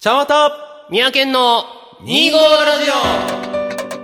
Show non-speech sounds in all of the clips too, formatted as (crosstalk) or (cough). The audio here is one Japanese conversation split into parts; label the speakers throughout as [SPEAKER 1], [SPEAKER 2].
[SPEAKER 1] 茶また
[SPEAKER 2] 三宅県の
[SPEAKER 1] 2
[SPEAKER 2] 2
[SPEAKER 1] 号
[SPEAKER 2] 号
[SPEAKER 1] ラ
[SPEAKER 2] ラ
[SPEAKER 1] ジ
[SPEAKER 2] ジ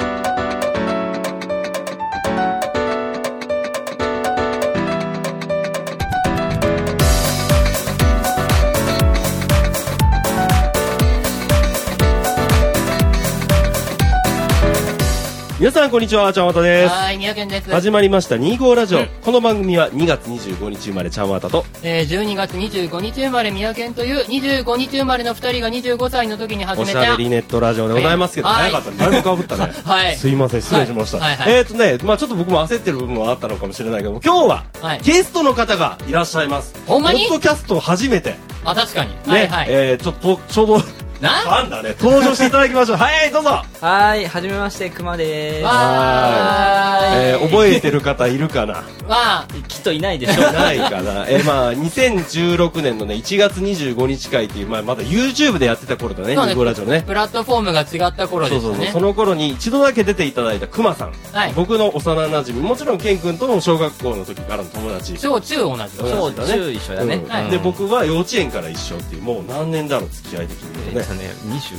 [SPEAKER 1] 皆さんこんにちは、ちゃんわた
[SPEAKER 2] オ
[SPEAKER 1] です。
[SPEAKER 2] はーい、三宅県です。
[SPEAKER 1] 始まりました2号ラジオ、
[SPEAKER 2] うん
[SPEAKER 1] この番組は2月25日生まれちゃんわたと
[SPEAKER 2] えー、12月25日生まれ三宅県という25日生まれの2人が25歳の時に始
[SPEAKER 1] お
[SPEAKER 2] め
[SPEAKER 1] しゃ
[SPEAKER 2] た
[SPEAKER 1] べりネットラジオでございますけど、
[SPEAKER 2] はい
[SPEAKER 1] 早かったねだいぶかぶった
[SPEAKER 2] (laughs)
[SPEAKER 1] ね
[SPEAKER 2] はい
[SPEAKER 1] すいません失礼しました、
[SPEAKER 2] はいはいはい
[SPEAKER 1] えっ、ー、とねまあちょっと僕も焦ってる部分はあったのかもしれないけども今日は、
[SPEAKER 2] はい
[SPEAKER 1] ゲストの方がいらっしゃいます
[SPEAKER 2] ほんまに
[SPEAKER 1] ポッドキャスト初めてね、
[SPEAKER 2] あ、確かに。はいはい。
[SPEAKER 1] えー、ちょっとちょうどフ
[SPEAKER 2] な
[SPEAKER 1] ァンだね登場していただきましょうはいどうぞ
[SPEAKER 3] はーい、はじめまして、くまでー
[SPEAKER 2] わーい。
[SPEAKER 1] えー、覚えてる方いるかな
[SPEAKER 2] わ
[SPEAKER 3] す。きっといないで
[SPEAKER 1] (laughs)
[SPEAKER 3] しょ。
[SPEAKER 1] ないかな
[SPEAKER 2] (laughs)
[SPEAKER 1] えー、まあ2016年のね1月25日会っていう、まあ、まだ YouTube でやってた頃だね
[SPEAKER 2] そうね
[SPEAKER 1] 2号ラジオね
[SPEAKER 2] ープラットフォームが違った頃
[SPEAKER 1] そ
[SPEAKER 2] で
[SPEAKER 1] う
[SPEAKER 2] す
[SPEAKER 1] そうそう
[SPEAKER 2] ね
[SPEAKER 1] そ。の頃に一度だけ出ていただいたクマさん、
[SPEAKER 2] はい
[SPEAKER 1] 僕の幼馴染みもちろんケン君との小学校の時からの友達
[SPEAKER 2] 小中同じ。
[SPEAKER 3] 小
[SPEAKER 1] だね
[SPEAKER 3] 中一緒だね
[SPEAKER 1] うん
[SPEAKER 2] はい
[SPEAKER 1] で僕は幼稚園から一緒っていうもう何年だろう付き合い的に
[SPEAKER 3] え
[SPEAKER 1] ね
[SPEAKER 3] っとね、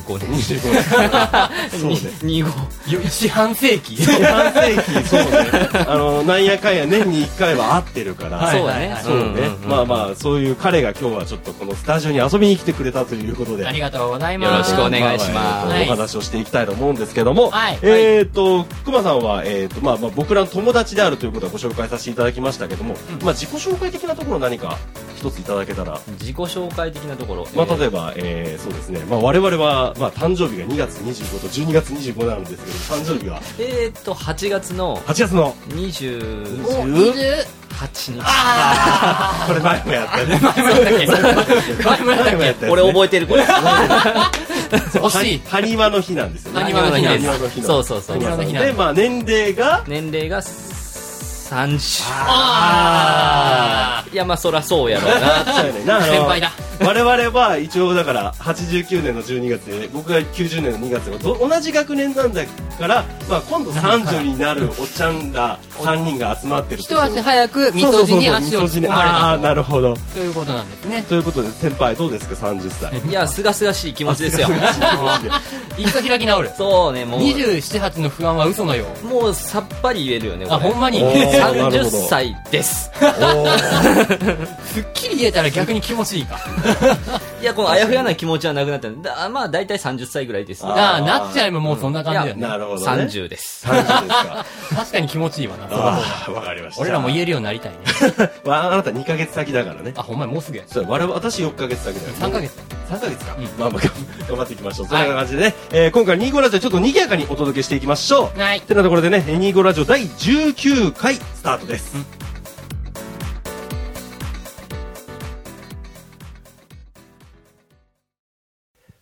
[SPEAKER 3] 25年。
[SPEAKER 1] 25年そうね
[SPEAKER 3] 25。
[SPEAKER 2] 四半世紀
[SPEAKER 1] 半世紀そうねあのなんやかんや年に1回は会ってるから、
[SPEAKER 3] そう
[SPEAKER 2] はい
[SPEAKER 3] だね
[SPEAKER 2] はいはい
[SPEAKER 1] そうね、
[SPEAKER 3] うんうんうん
[SPEAKER 1] まあまあそういう彼が今日はちょっとこのスタジオに遊びに来てくれたということで
[SPEAKER 2] ありがとうございます。
[SPEAKER 3] よろしくお願いします
[SPEAKER 1] あえーとお話をしていきたいと思うんですけども、
[SPEAKER 2] はい
[SPEAKER 1] えっ、と、くまさんは、えっ、と、まあ、まあ、僕らの友達であるということはご紹介させていただきましたけども、まあ、自己紹介的なところ何か一ついただけたら、
[SPEAKER 3] (laughs) 自己紹介的なところ。
[SPEAKER 1] まあ、
[SPEAKER 3] え
[SPEAKER 1] 例えば、えーそうですね、まあ、我々は、まあ、誕生日が2月25と12月25なんですけど、誕生日が
[SPEAKER 3] ーえーっと、8月の
[SPEAKER 1] 8月の、
[SPEAKER 3] 28
[SPEAKER 2] お
[SPEAKER 1] 20
[SPEAKER 2] 20
[SPEAKER 3] 日。
[SPEAKER 1] (laughs) これ前もやったね。
[SPEAKER 3] (laughs)
[SPEAKER 2] 前もやったっけ
[SPEAKER 1] 前もやったやつね
[SPEAKER 3] 俺覚えてる、これ。
[SPEAKER 2] 惜しい。
[SPEAKER 1] 埴輪の日なんですよね。
[SPEAKER 2] 埴輪の日です
[SPEAKER 1] 埴輪の日の
[SPEAKER 3] そうそうそう
[SPEAKER 1] 埴輪の日
[SPEAKER 2] 埴輪の日なん
[SPEAKER 1] で、
[SPEAKER 2] だ
[SPEAKER 1] まあ、年齢が、
[SPEAKER 3] 年齢が30。
[SPEAKER 2] あ
[SPEAKER 3] いや、まあ、そらそうやろうな。
[SPEAKER 1] そうやねんなあの
[SPEAKER 2] 先輩だ
[SPEAKER 1] 我々は一応だから89年の12月で僕が90年の2月でど同じ学年なんだから、まあ、今度30になるおっちゃんら3人が集まってる
[SPEAKER 2] 一足早く水戸路に足を突っ込
[SPEAKER 1] あ
[SPEAKER 2] ま
[SPEAKER 1] あーなるほど
[SPEAKER 2] れたということなんですね。
[SPEAKER 1] ということで先輩どうですか30歳
[SPEAKER 3] いや、すがすがしい気持ちですよ。
[SPEAKER 2] 一度開
[SPEAKER 1] (laughs)
[SPEAKER 2] き直る。
[SPEAKER 3] そうね、もう。
[SPEAKER 2] 27、8の不安は嘘のよう。
[SPEAKER 3] もうさっぱり言えるよね、これ
[SPEAKER 2] あ、ほんまに
[SPEAKER 1] お。ーなるほど
[SPEAKER 3] 30歳
[SPEAKER 2] (laughs)
[SPEAKER 3] です。
[SPEAKER 2] すっきり言えたら逆に気持ちいいか。
[SPEAKER 3] いや、このあやふやな気持ちはなくなったんで、だまあ、大体30歳ぐらいで
[SPEAKER 1] (laughs)
[SPEAKER 3] す。
[SPEAKER 1] あー
[SPEAKER 2] ああ、なっちゃえばもうそんな感じだよ
[SPEAKER 1] な
[SPEAKER 2] ね。
[SPEAKER 1] るほど、ね、
[SPEAKER 3] 30です。
[SPEAKER 1] 30ですか
[SPEAKER 2] 確かに気持ちいいわな。
[SPEAKER 1] ああわかりました
[SPEAKER 2] 俺らも
[SPEAKER 1] い
[SPEAKER 2] 言えるようになりたいね。
[SPEAKER 1] ああなた2ヶ月先だからね
[SPEAKER 2] あ、ほんまやもうすぐや。
[SPEAKER 1] そう我々私4ヶ月先だよ
[SPEAKER 2] 3ヶ月。
[SPEAKER 1] (laughs) 3ヶ月か、
[SPEAKER 2] うん
[SPEAKER 1] まあまあ頑頑張っていきましょうそんな感じでね、えー今回ニーゴラジオちょっと賑やかにお届けしていきましょう
[SPEAKER 2] はい
[SPEAKER 1] てなところでねニーゴラジオ第19回スタートです、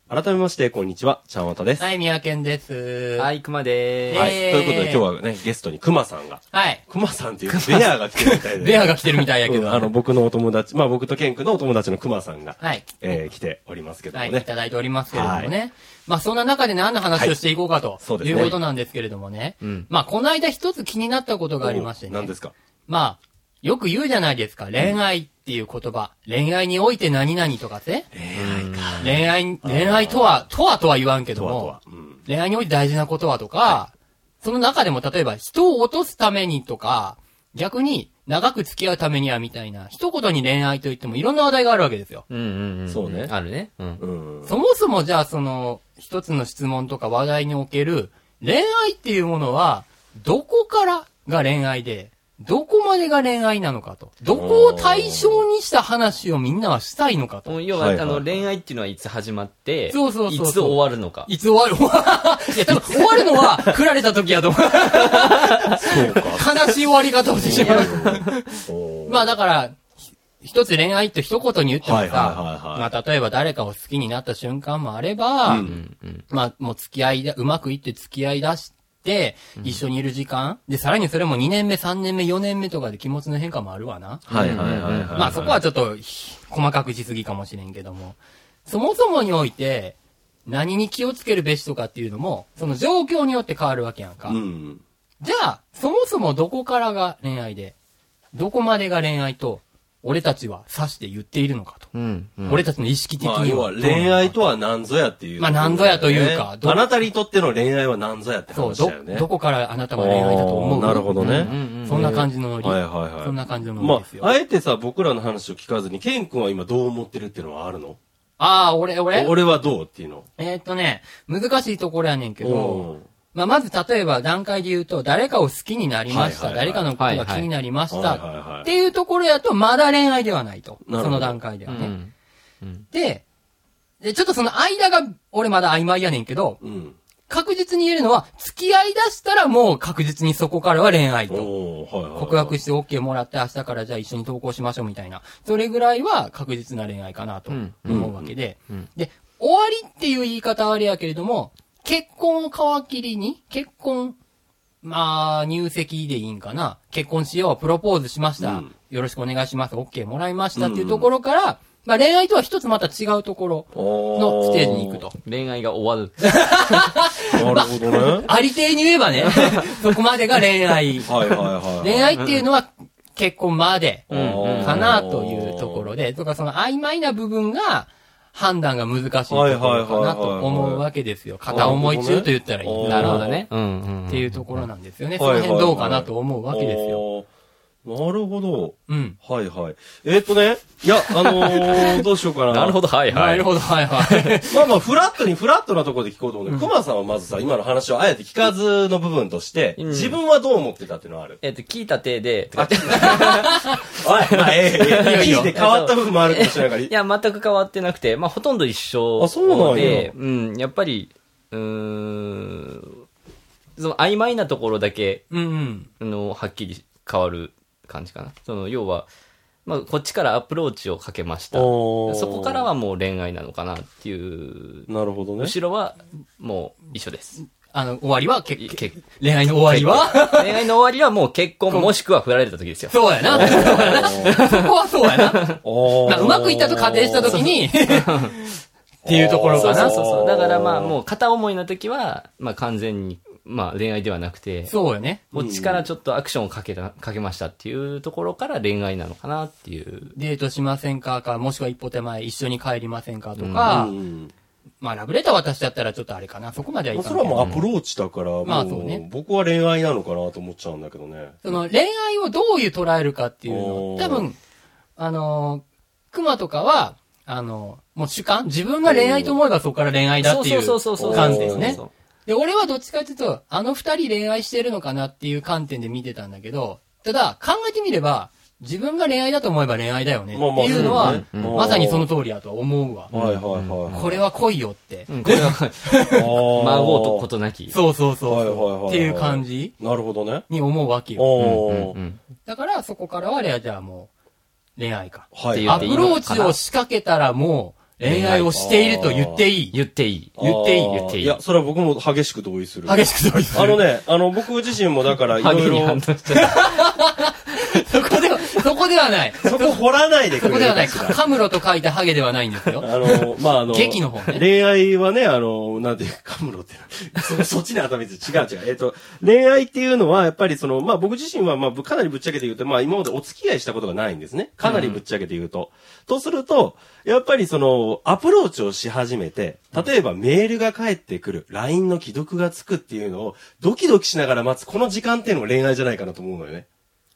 [SPEAKER 1] 改めましてこんにちはちゃんわたです、
[SPEAKER 2] はい、三宅健です。。
[SPEAKER 3] はいい、熊で
[SPEAKER 2] は
[SPEAKER 3] ー
[SPEAKER 1] はい
[SPEAKER 3] す。
[SPEAKER 1] ということで今日はねゲストにくまさんが
[SPEAKER 2] はい。
[SPEAKER 1] くまさんっていうベアが来てるみたいで
[SPEAKER 2] ベアが来てるみたいやけ
[SPEAKER 1] うんあ
[SPEAKER 2] ど。
[SPEAKER 1] の僕のお友達まあ僕とケン君のお友達のくまさんが、
[SPEAKER 2] はい。
[SPEAKER 1] えー来ておりますけども
[SPEAKER 2] はい、
[SPEAKER 1] ね、
[SPEAKER 2] いただいておりますけれども
[SPEAKER 1] は
[SPEAKER 2] ね。まあ、そんな中で何の話をしていこうかと
[SPEAKER 1] いそうです
[SPEAKER 2] い
[SPEAKER 1] ね
[SPEAKER 2] うことなんですけれどもね。
[SPEAKER 3] ん
[SPEAKER 2] まあ、この間一つ気になったことがありまして
[SPEAKER 1] お何で
[SPEAKER 2] ね。
[SPEAKER 1] すか
[SPEAKER 2] まあ、よく言うじゃないですか。恋愛っていう言葉。恋愛において何々とかって。恋愛、恋愛とは、とはとは言わんけど
[SPEAKER 1] とはと
[SPEAKER 2] も
[SPEAKER 1] は、、うん
[SPEAKER 2] 恋愛において大事なことはとか、その中でも例えば人を落とすためにとか、逆に長く付き合うためにはみたいな、一言に恋愛といってもいろんな話題があるわけですよ。
[SPEAKER 3] うんうんうん。
[SPEAKER 1] そうね
[SPEAKER 3] あるね。うん。
[SPEAKER 1] うん
[SPEAKER 2] そもそもじゃあその、一つの質問とか話題における、恋愛っていうものは、どこからが恋愛で、どこまでが恋愛なのかと。どこを対象にした話をみんなはしたいのかと。
[SPEAKER 3] もう要は、
[SPEAKER 1] はいはい
[SPEAKER 3] あの、恋愛っていうのはいつ始まって、
[SPEAKER 2] そうそうそうそう
[SPEAKER 3] いつ終わるのか。
[SPEAKER 2] いつ終わるいや、多分終わるのは、振られた時やと思う。
[SPEAKER 1] そうか。
[SPEAKER 2] 悲しい終わり方をしてしまう。
[SPEAKER 1] おー
[SPEAKER 2] (laughs) まあだから、ひ一つ恋愛って一言に言っても
[SPEAKER 1] は
[SPEAKER 2] さ、
[SPEAKER 1] いはいはいはい
[SPEAKER 2] まあ例えば誰かを好きになった瞬間もあれば、
[SPEAKER 1] う
[SPEAKER 3] うんんうん。
[SPEAKER 2] まあもう付き合いだ、うまくいって付き合い出して、一緒にいる時間、で、さらにそれも2年目、3年目、4年目とかで気持ちの変化もあるわな。
[SPEAKER 1] はいはいはいい。
[SPEAKER 2] まあそこはちょっとひ細かくしすぎかもしれんけども、そもそもにおいて、何に気をつけるべしとかっていうのも、その状況によって変わるわけやんか。
[SPEAKER 1] うん。
[SPEAKER 2] じゃあ、そもそもどこからが恋愛で、どこまでが恋愛と、俺たちは指して言っているのかと。
[SPEAKER 3] うん。うん
[SPEAKER 2] 俺たちの意識的
[SPEAKER 1] まあ、
[SPEAKER 2] に
[SPEAKER 1] 要
[SPEAKER 2] は。
[SPEAKER 1] は恋愛とは何ぞやっていう、
[SPEAKER 2] まあ何ぞやというかど
[SPEAKER 1] あなたにとっての恋愛は何ぞやって
[SPEAKER 2] そう、
[SPEAKER 1] 話
[SPEAKER 2] ど
[SPEAKER 1] だよね。、
[SPEAKER 2] どこからあなたは恋愛だと思う
[SPEAKER 1] おーなるほどね
[SPEAKER 2] うんうんうんそんな感じのノリ。
[SPEAKER 1] はいはいはい。
[SPEAKER 2] そんな感じのノリ
[SPEAKER 1] ま
[SPEAKER 2] ですよ。
[SPEAKER 1] あ、あえてさ、僕らの話を聞かずに、ケン君は今どう思ってるっていうのはあるの
[SPEAKER 2] ああ、俺、俺
[SPEAKER 1] 俺はどうっていうの。
[SPEAKER 2] えーっとね、難しいところやねんけ
[SPEAKER 1] お
[SPEAKER 2] ど
[SPEAKER 1] ー、
[SPEAKER 2] まあ、まず例えば段階で言うと、誰かを好きになりました、
[SPEAKER 1] はいはいはい
[SPEAKER 2] 誰かのことが気になりました、
[SPEAKER 1] はいはいはい
[SPEAKER 2] っていうところやと、まだ恋愛ではないと。
[SPEAKER 1] なるほど
[SPEAKER 2] その段階ではね、
[SPEAKER 3] うん
[SPEAKER 2] で。で、ちょっとその間が、俺まだ曖昧やねんけど、
[SPEAKER 1] うん。
[SPEAKER 2] 確実に言えるのは、付き合い出したらもう確実にそこからは恋愛と。
[SPEAKER 1] おーはいはいはい。
[SPEAKER 2] 告白して OK もらって明日からじゃあ一緒に投稿しましょうみたいな。それぐらいは確実な恋愛かなと
[SPEAKER 3] うん
[SPEAKER 2] 思うわけで
[SPEAKER 3] うんうん。
[SPEAKER 2] で、終わりっていう言い方はあれやけれども、結婚を皮切りに、結婚、まあ、入籍でいいんかな。結婚しよう、プロポーズしまし
[SPEAKER 1] う
[SPEAKER 2] た
[SPEAKER 1] ん。
[SPEAKER 2] よろしくお願いします。OK もらいましたっていうところから、まあ恋愛とは一つまた違うところのステージに行くと。
[SPEAKER 3] 恋愛が終わる。
[SPEAKER 1] なるほどね。
[SPEAKER 2] ありていに言え
[SPEAKER 3] (laughs)
[SPEAKER 2] ばね、そこまでが恋愛。
[SPEAKER 1] はいはいはい。
[SPEAKER 2] 恋愛っていうのは結婚まで。
[SPEAKER 3] うん
[SPEAKER 2] かなというところ
[SPEAKER 1] で。
[SPEAKER 2] で、とかその曖昧な部分が判断が難しいところかなと思うわけですよ。
[SPEAKER 1] いはいはい
[SPEAKER 2] 片思い中と言ったらい
[SPEAKER 1] お
[SPEAKER 2] い
[SPEAKER 1] ー
[SPEAKER 2] な
[SPEAKER 3] な
[SPEAKER 2] る
[SPEAKER 3] る
[SPEAKER 2] ほ
[SPEAKER 3] ほ
[SPEAKER 2] ど
[SPEAKER 3] ど
[SPEAKER 2] ね
[SPEAKER 3] ね。。うんうん。
[SPEAKER 2] っていうところなんですよね。そ
[SPEAKER 1] はいは
[SPEAKER 2] の
[SPEAKER 1] いはい
[SPEAKER 2] 辺どうかなと思うわけですよ。
[SPEAKER 1] よ。なるほど。
[SPEAKER 2] うん。
[SPEAKER 1] はいはい。えーっとね、いや、あの
[SPEAKER 2] (laughs)
[SPEAKER 1] ーどうしようかな。
[SPEAKER 3] なるほど、はいは
[SPEAKER 2] ないる。ほど、はい
[SPEAKER 1] (laughs)
[SPEAKER 2] はい。
[SPEAKER 1] まあまあ、フラットにフラットなところで聞こうと思うんだけど、熊さんはまずさ、今の話をあえて聞かずの部分として、
[SPEAKER 3] うん
[SPEAKER 1] 自分はどう思ってたっていうのはあ
[SPEAKER 2] (laughs)
[SPEAKER 1] る。
[SPEAKER 3] えっと、聞いた手で、
[SPEAKER 1] おい、まあ、ええ、
[SPEAKER 2] いや
[SPEAKER 1] え
[SPEAKER 2] い
[SPEAKER 1] え、
[SPEAKER 2] や
[SPEAKER 1] 聞いて変わった部分もあるかもしれないから
[SPEAKER 3] いや、全く変わってなくて、まあ、ほとんど一緒
[SPEAKER 1] あそうなんや
[SPEAKER 3] で、うん、やっぱり、うーん、その曖昧なところだけ、
[SPEAKER 2] うんうん。
[SPEAKER 3] あの、はっきり変わる感じかな。その、要は、まあ、こっちからアプローチをかけました。そ
[SPEAKER 1] おー
[SPEAKER 3] こからはもう恋愛なのかなっていう、
[SPEAKER 1] なるほどね。
[SPEAKER 3] 後ろはもう一緒です。
[SPEAKER 2] あの、終わりは、けけ
[SPEAKER 3] 結
[SPEAKER 2] 恋愛の終わりは
[SPEAKER 3] 恋愛の終わりはもう結婚もしくは振られた時ですよ。
[SPEAKER 2] そうやな。そうやな。そこはそうやな。
[SPEAKER 1] おー
[SPEAKER 2] なうまくいったと仮定したときに、 (laughs) っていうところ
[SPEAKER 3] そ
[SPEAKER 2] か
[SPEAKER 3] う
[SPEAKER 2] な
[SPEAKER 3] そう。そうそう。だからまあもう片思いの時は、まあ完全に、まあ恋愛ではなくて、
[SPEAKER 2] そうよね。
[SPEAKER 3] こっちからちょっとアクションをかけた、かけましたっていうところから恋愛なのかなっていう。
[SPEAKER 2] デートしませんかか、もしくは一歩手前一緒に帰りませんかと
[SPEAKER 1] う
[SPEAKER 2] か、
[SPEAKER 1] ん。
[SPEAKER 2] まあラブレター渡しちゃったらちょっとあれかな。そこまではい
[SPEAKER 1] まあ
[SPEAKER 2] か
[SPEAKER 1] そ
[SPEAKER 2] な
[SPEAKER 1] れ
[SPEAKER 2] い
[SPEAKER 1] は。もうアプローチだから、
[SPEAKER 2] まあ
[SPEAKER 1] も
[SPEAKER 2] そうね
[SPEAKER 1] 僕は恋愛なのかなと思っちゃうんだけどね。
[SPEAKER 2] その恋愛をどういう捉えるかっていうの
[SPEAKER 1] お
[SPEAKER 2] を、
[SPEAKER 1] ー
[SPEAKER 2] 多分、あのー、熊とかは、あのー、もう主観自分が恋愛と思えばそこから恋愛だっていう
[SPEAKER 3] そうそうそうそう
[SPEAKER 2] 観点ね
[SPEAKER 3] そうそう。
[SPEAKER 2] で、俺はどっちかっていうと、あの二人恋愛してるのかなっていう観点で見てたんだけど、ただ、考えてみれば、自分が恋愛だと思えば恋愛だよねっていうのは、
[SPEAKER 1] まあまあそうねうん
[SPEAKER 2] まさにその通りだとは思うわ。
[SPEAKER 1] はいはいはい。
[SPEAKER 2] これは恋よって。
[SPEAKER 3] うん、これは、
[SPEAKER 1] 孫
[SPEAKER 3] 孫とことなき。
[SPEAKER 2] そうそうそ
[SPEAKER 1] はい
[SPEAKER 2] うそう、
[SPEAKER 1] はいはいはい
[SPEAKER 2] っていう感じ
[SPEAKER 1] なるほどね。
[SPEAKER 2] に思うわけよ。
[SPEAKER 1] おー
[SPEAKER 3] うんうん
[SPEAKER 2] だからそこからはレアじゃあもう恋愛か。
[SPEAKER 1] は
[SPEAKER 3] って
[SPEAKER 1] い。
[SPEAKER 3] 言
[SPEAKER 2] ア
[SPEAKER 3] ってい
[SPEAKER 2] プ
[SPEAKER 3] いのかな
[SPEAKER 2] ローチを仕掛けたらもう恋愛をしていると言っていい。
[SPEAKER 3] 言っていい。
[SPEAKER 2] 言っていい
[SPEAKER 1] あー
[SPEAKER 3] 言っていい
[SPEAKER 1] いや、それは僕も激しく同意する。
[SPEAKER 2] 激しく同意する。
[SPEAKER 1] あのね、あの、僕自身もだ
[SPEAKER 2] (laughs)
[SPEAKER 1] から、い
[SPEAKER 3] ハ
[SPEAKER 1] ろ
[SPEAKER 3] ゲ
[SPEAKER 1] い
[SPEAKER 3] に反
[SPEAKER 1] ろ
[SPEAKER 3] 応、しちゃう。
[SPEAKER 2] そこでは、そこではない。
[SPEAKER 1] そこ掘らないで
[SPEAKER 2] そ
[SPEAKER 1] く
[SPEAKER 2] こ
[SPEAKER 1] れ
[SPEAKER 2] で
[SPEAKER 1] る
[SPEAKER 2] はない。
[SPEAKER 1] かしら。
[SPEAKER 2] カムロと書いたハゲではないんですよ。
[SPEAKER 1] あの、まあ、あの、
[SPEAKER 2] 劇の方ね
[SPEAKER 1] 恋愛はね、あの、なんていうか、カムロってな、そ (laughs) そっちに頭に違う違う。えっと、恋愛っていうのは、やっぱりその、まあ僕自身は、まあかなりぶっちゃけて言うと、まあ今までお付き合いしたことがないんですね。かなりぶっちゃけて言うと。とすると、やっぱりその、アプローチをし始めて、例えばメールが返ってくる、LINE の既読がつくっていうのを、ドキドキしながら待つ、この時間っていうのが恋愛じゃないかなと思うのよね。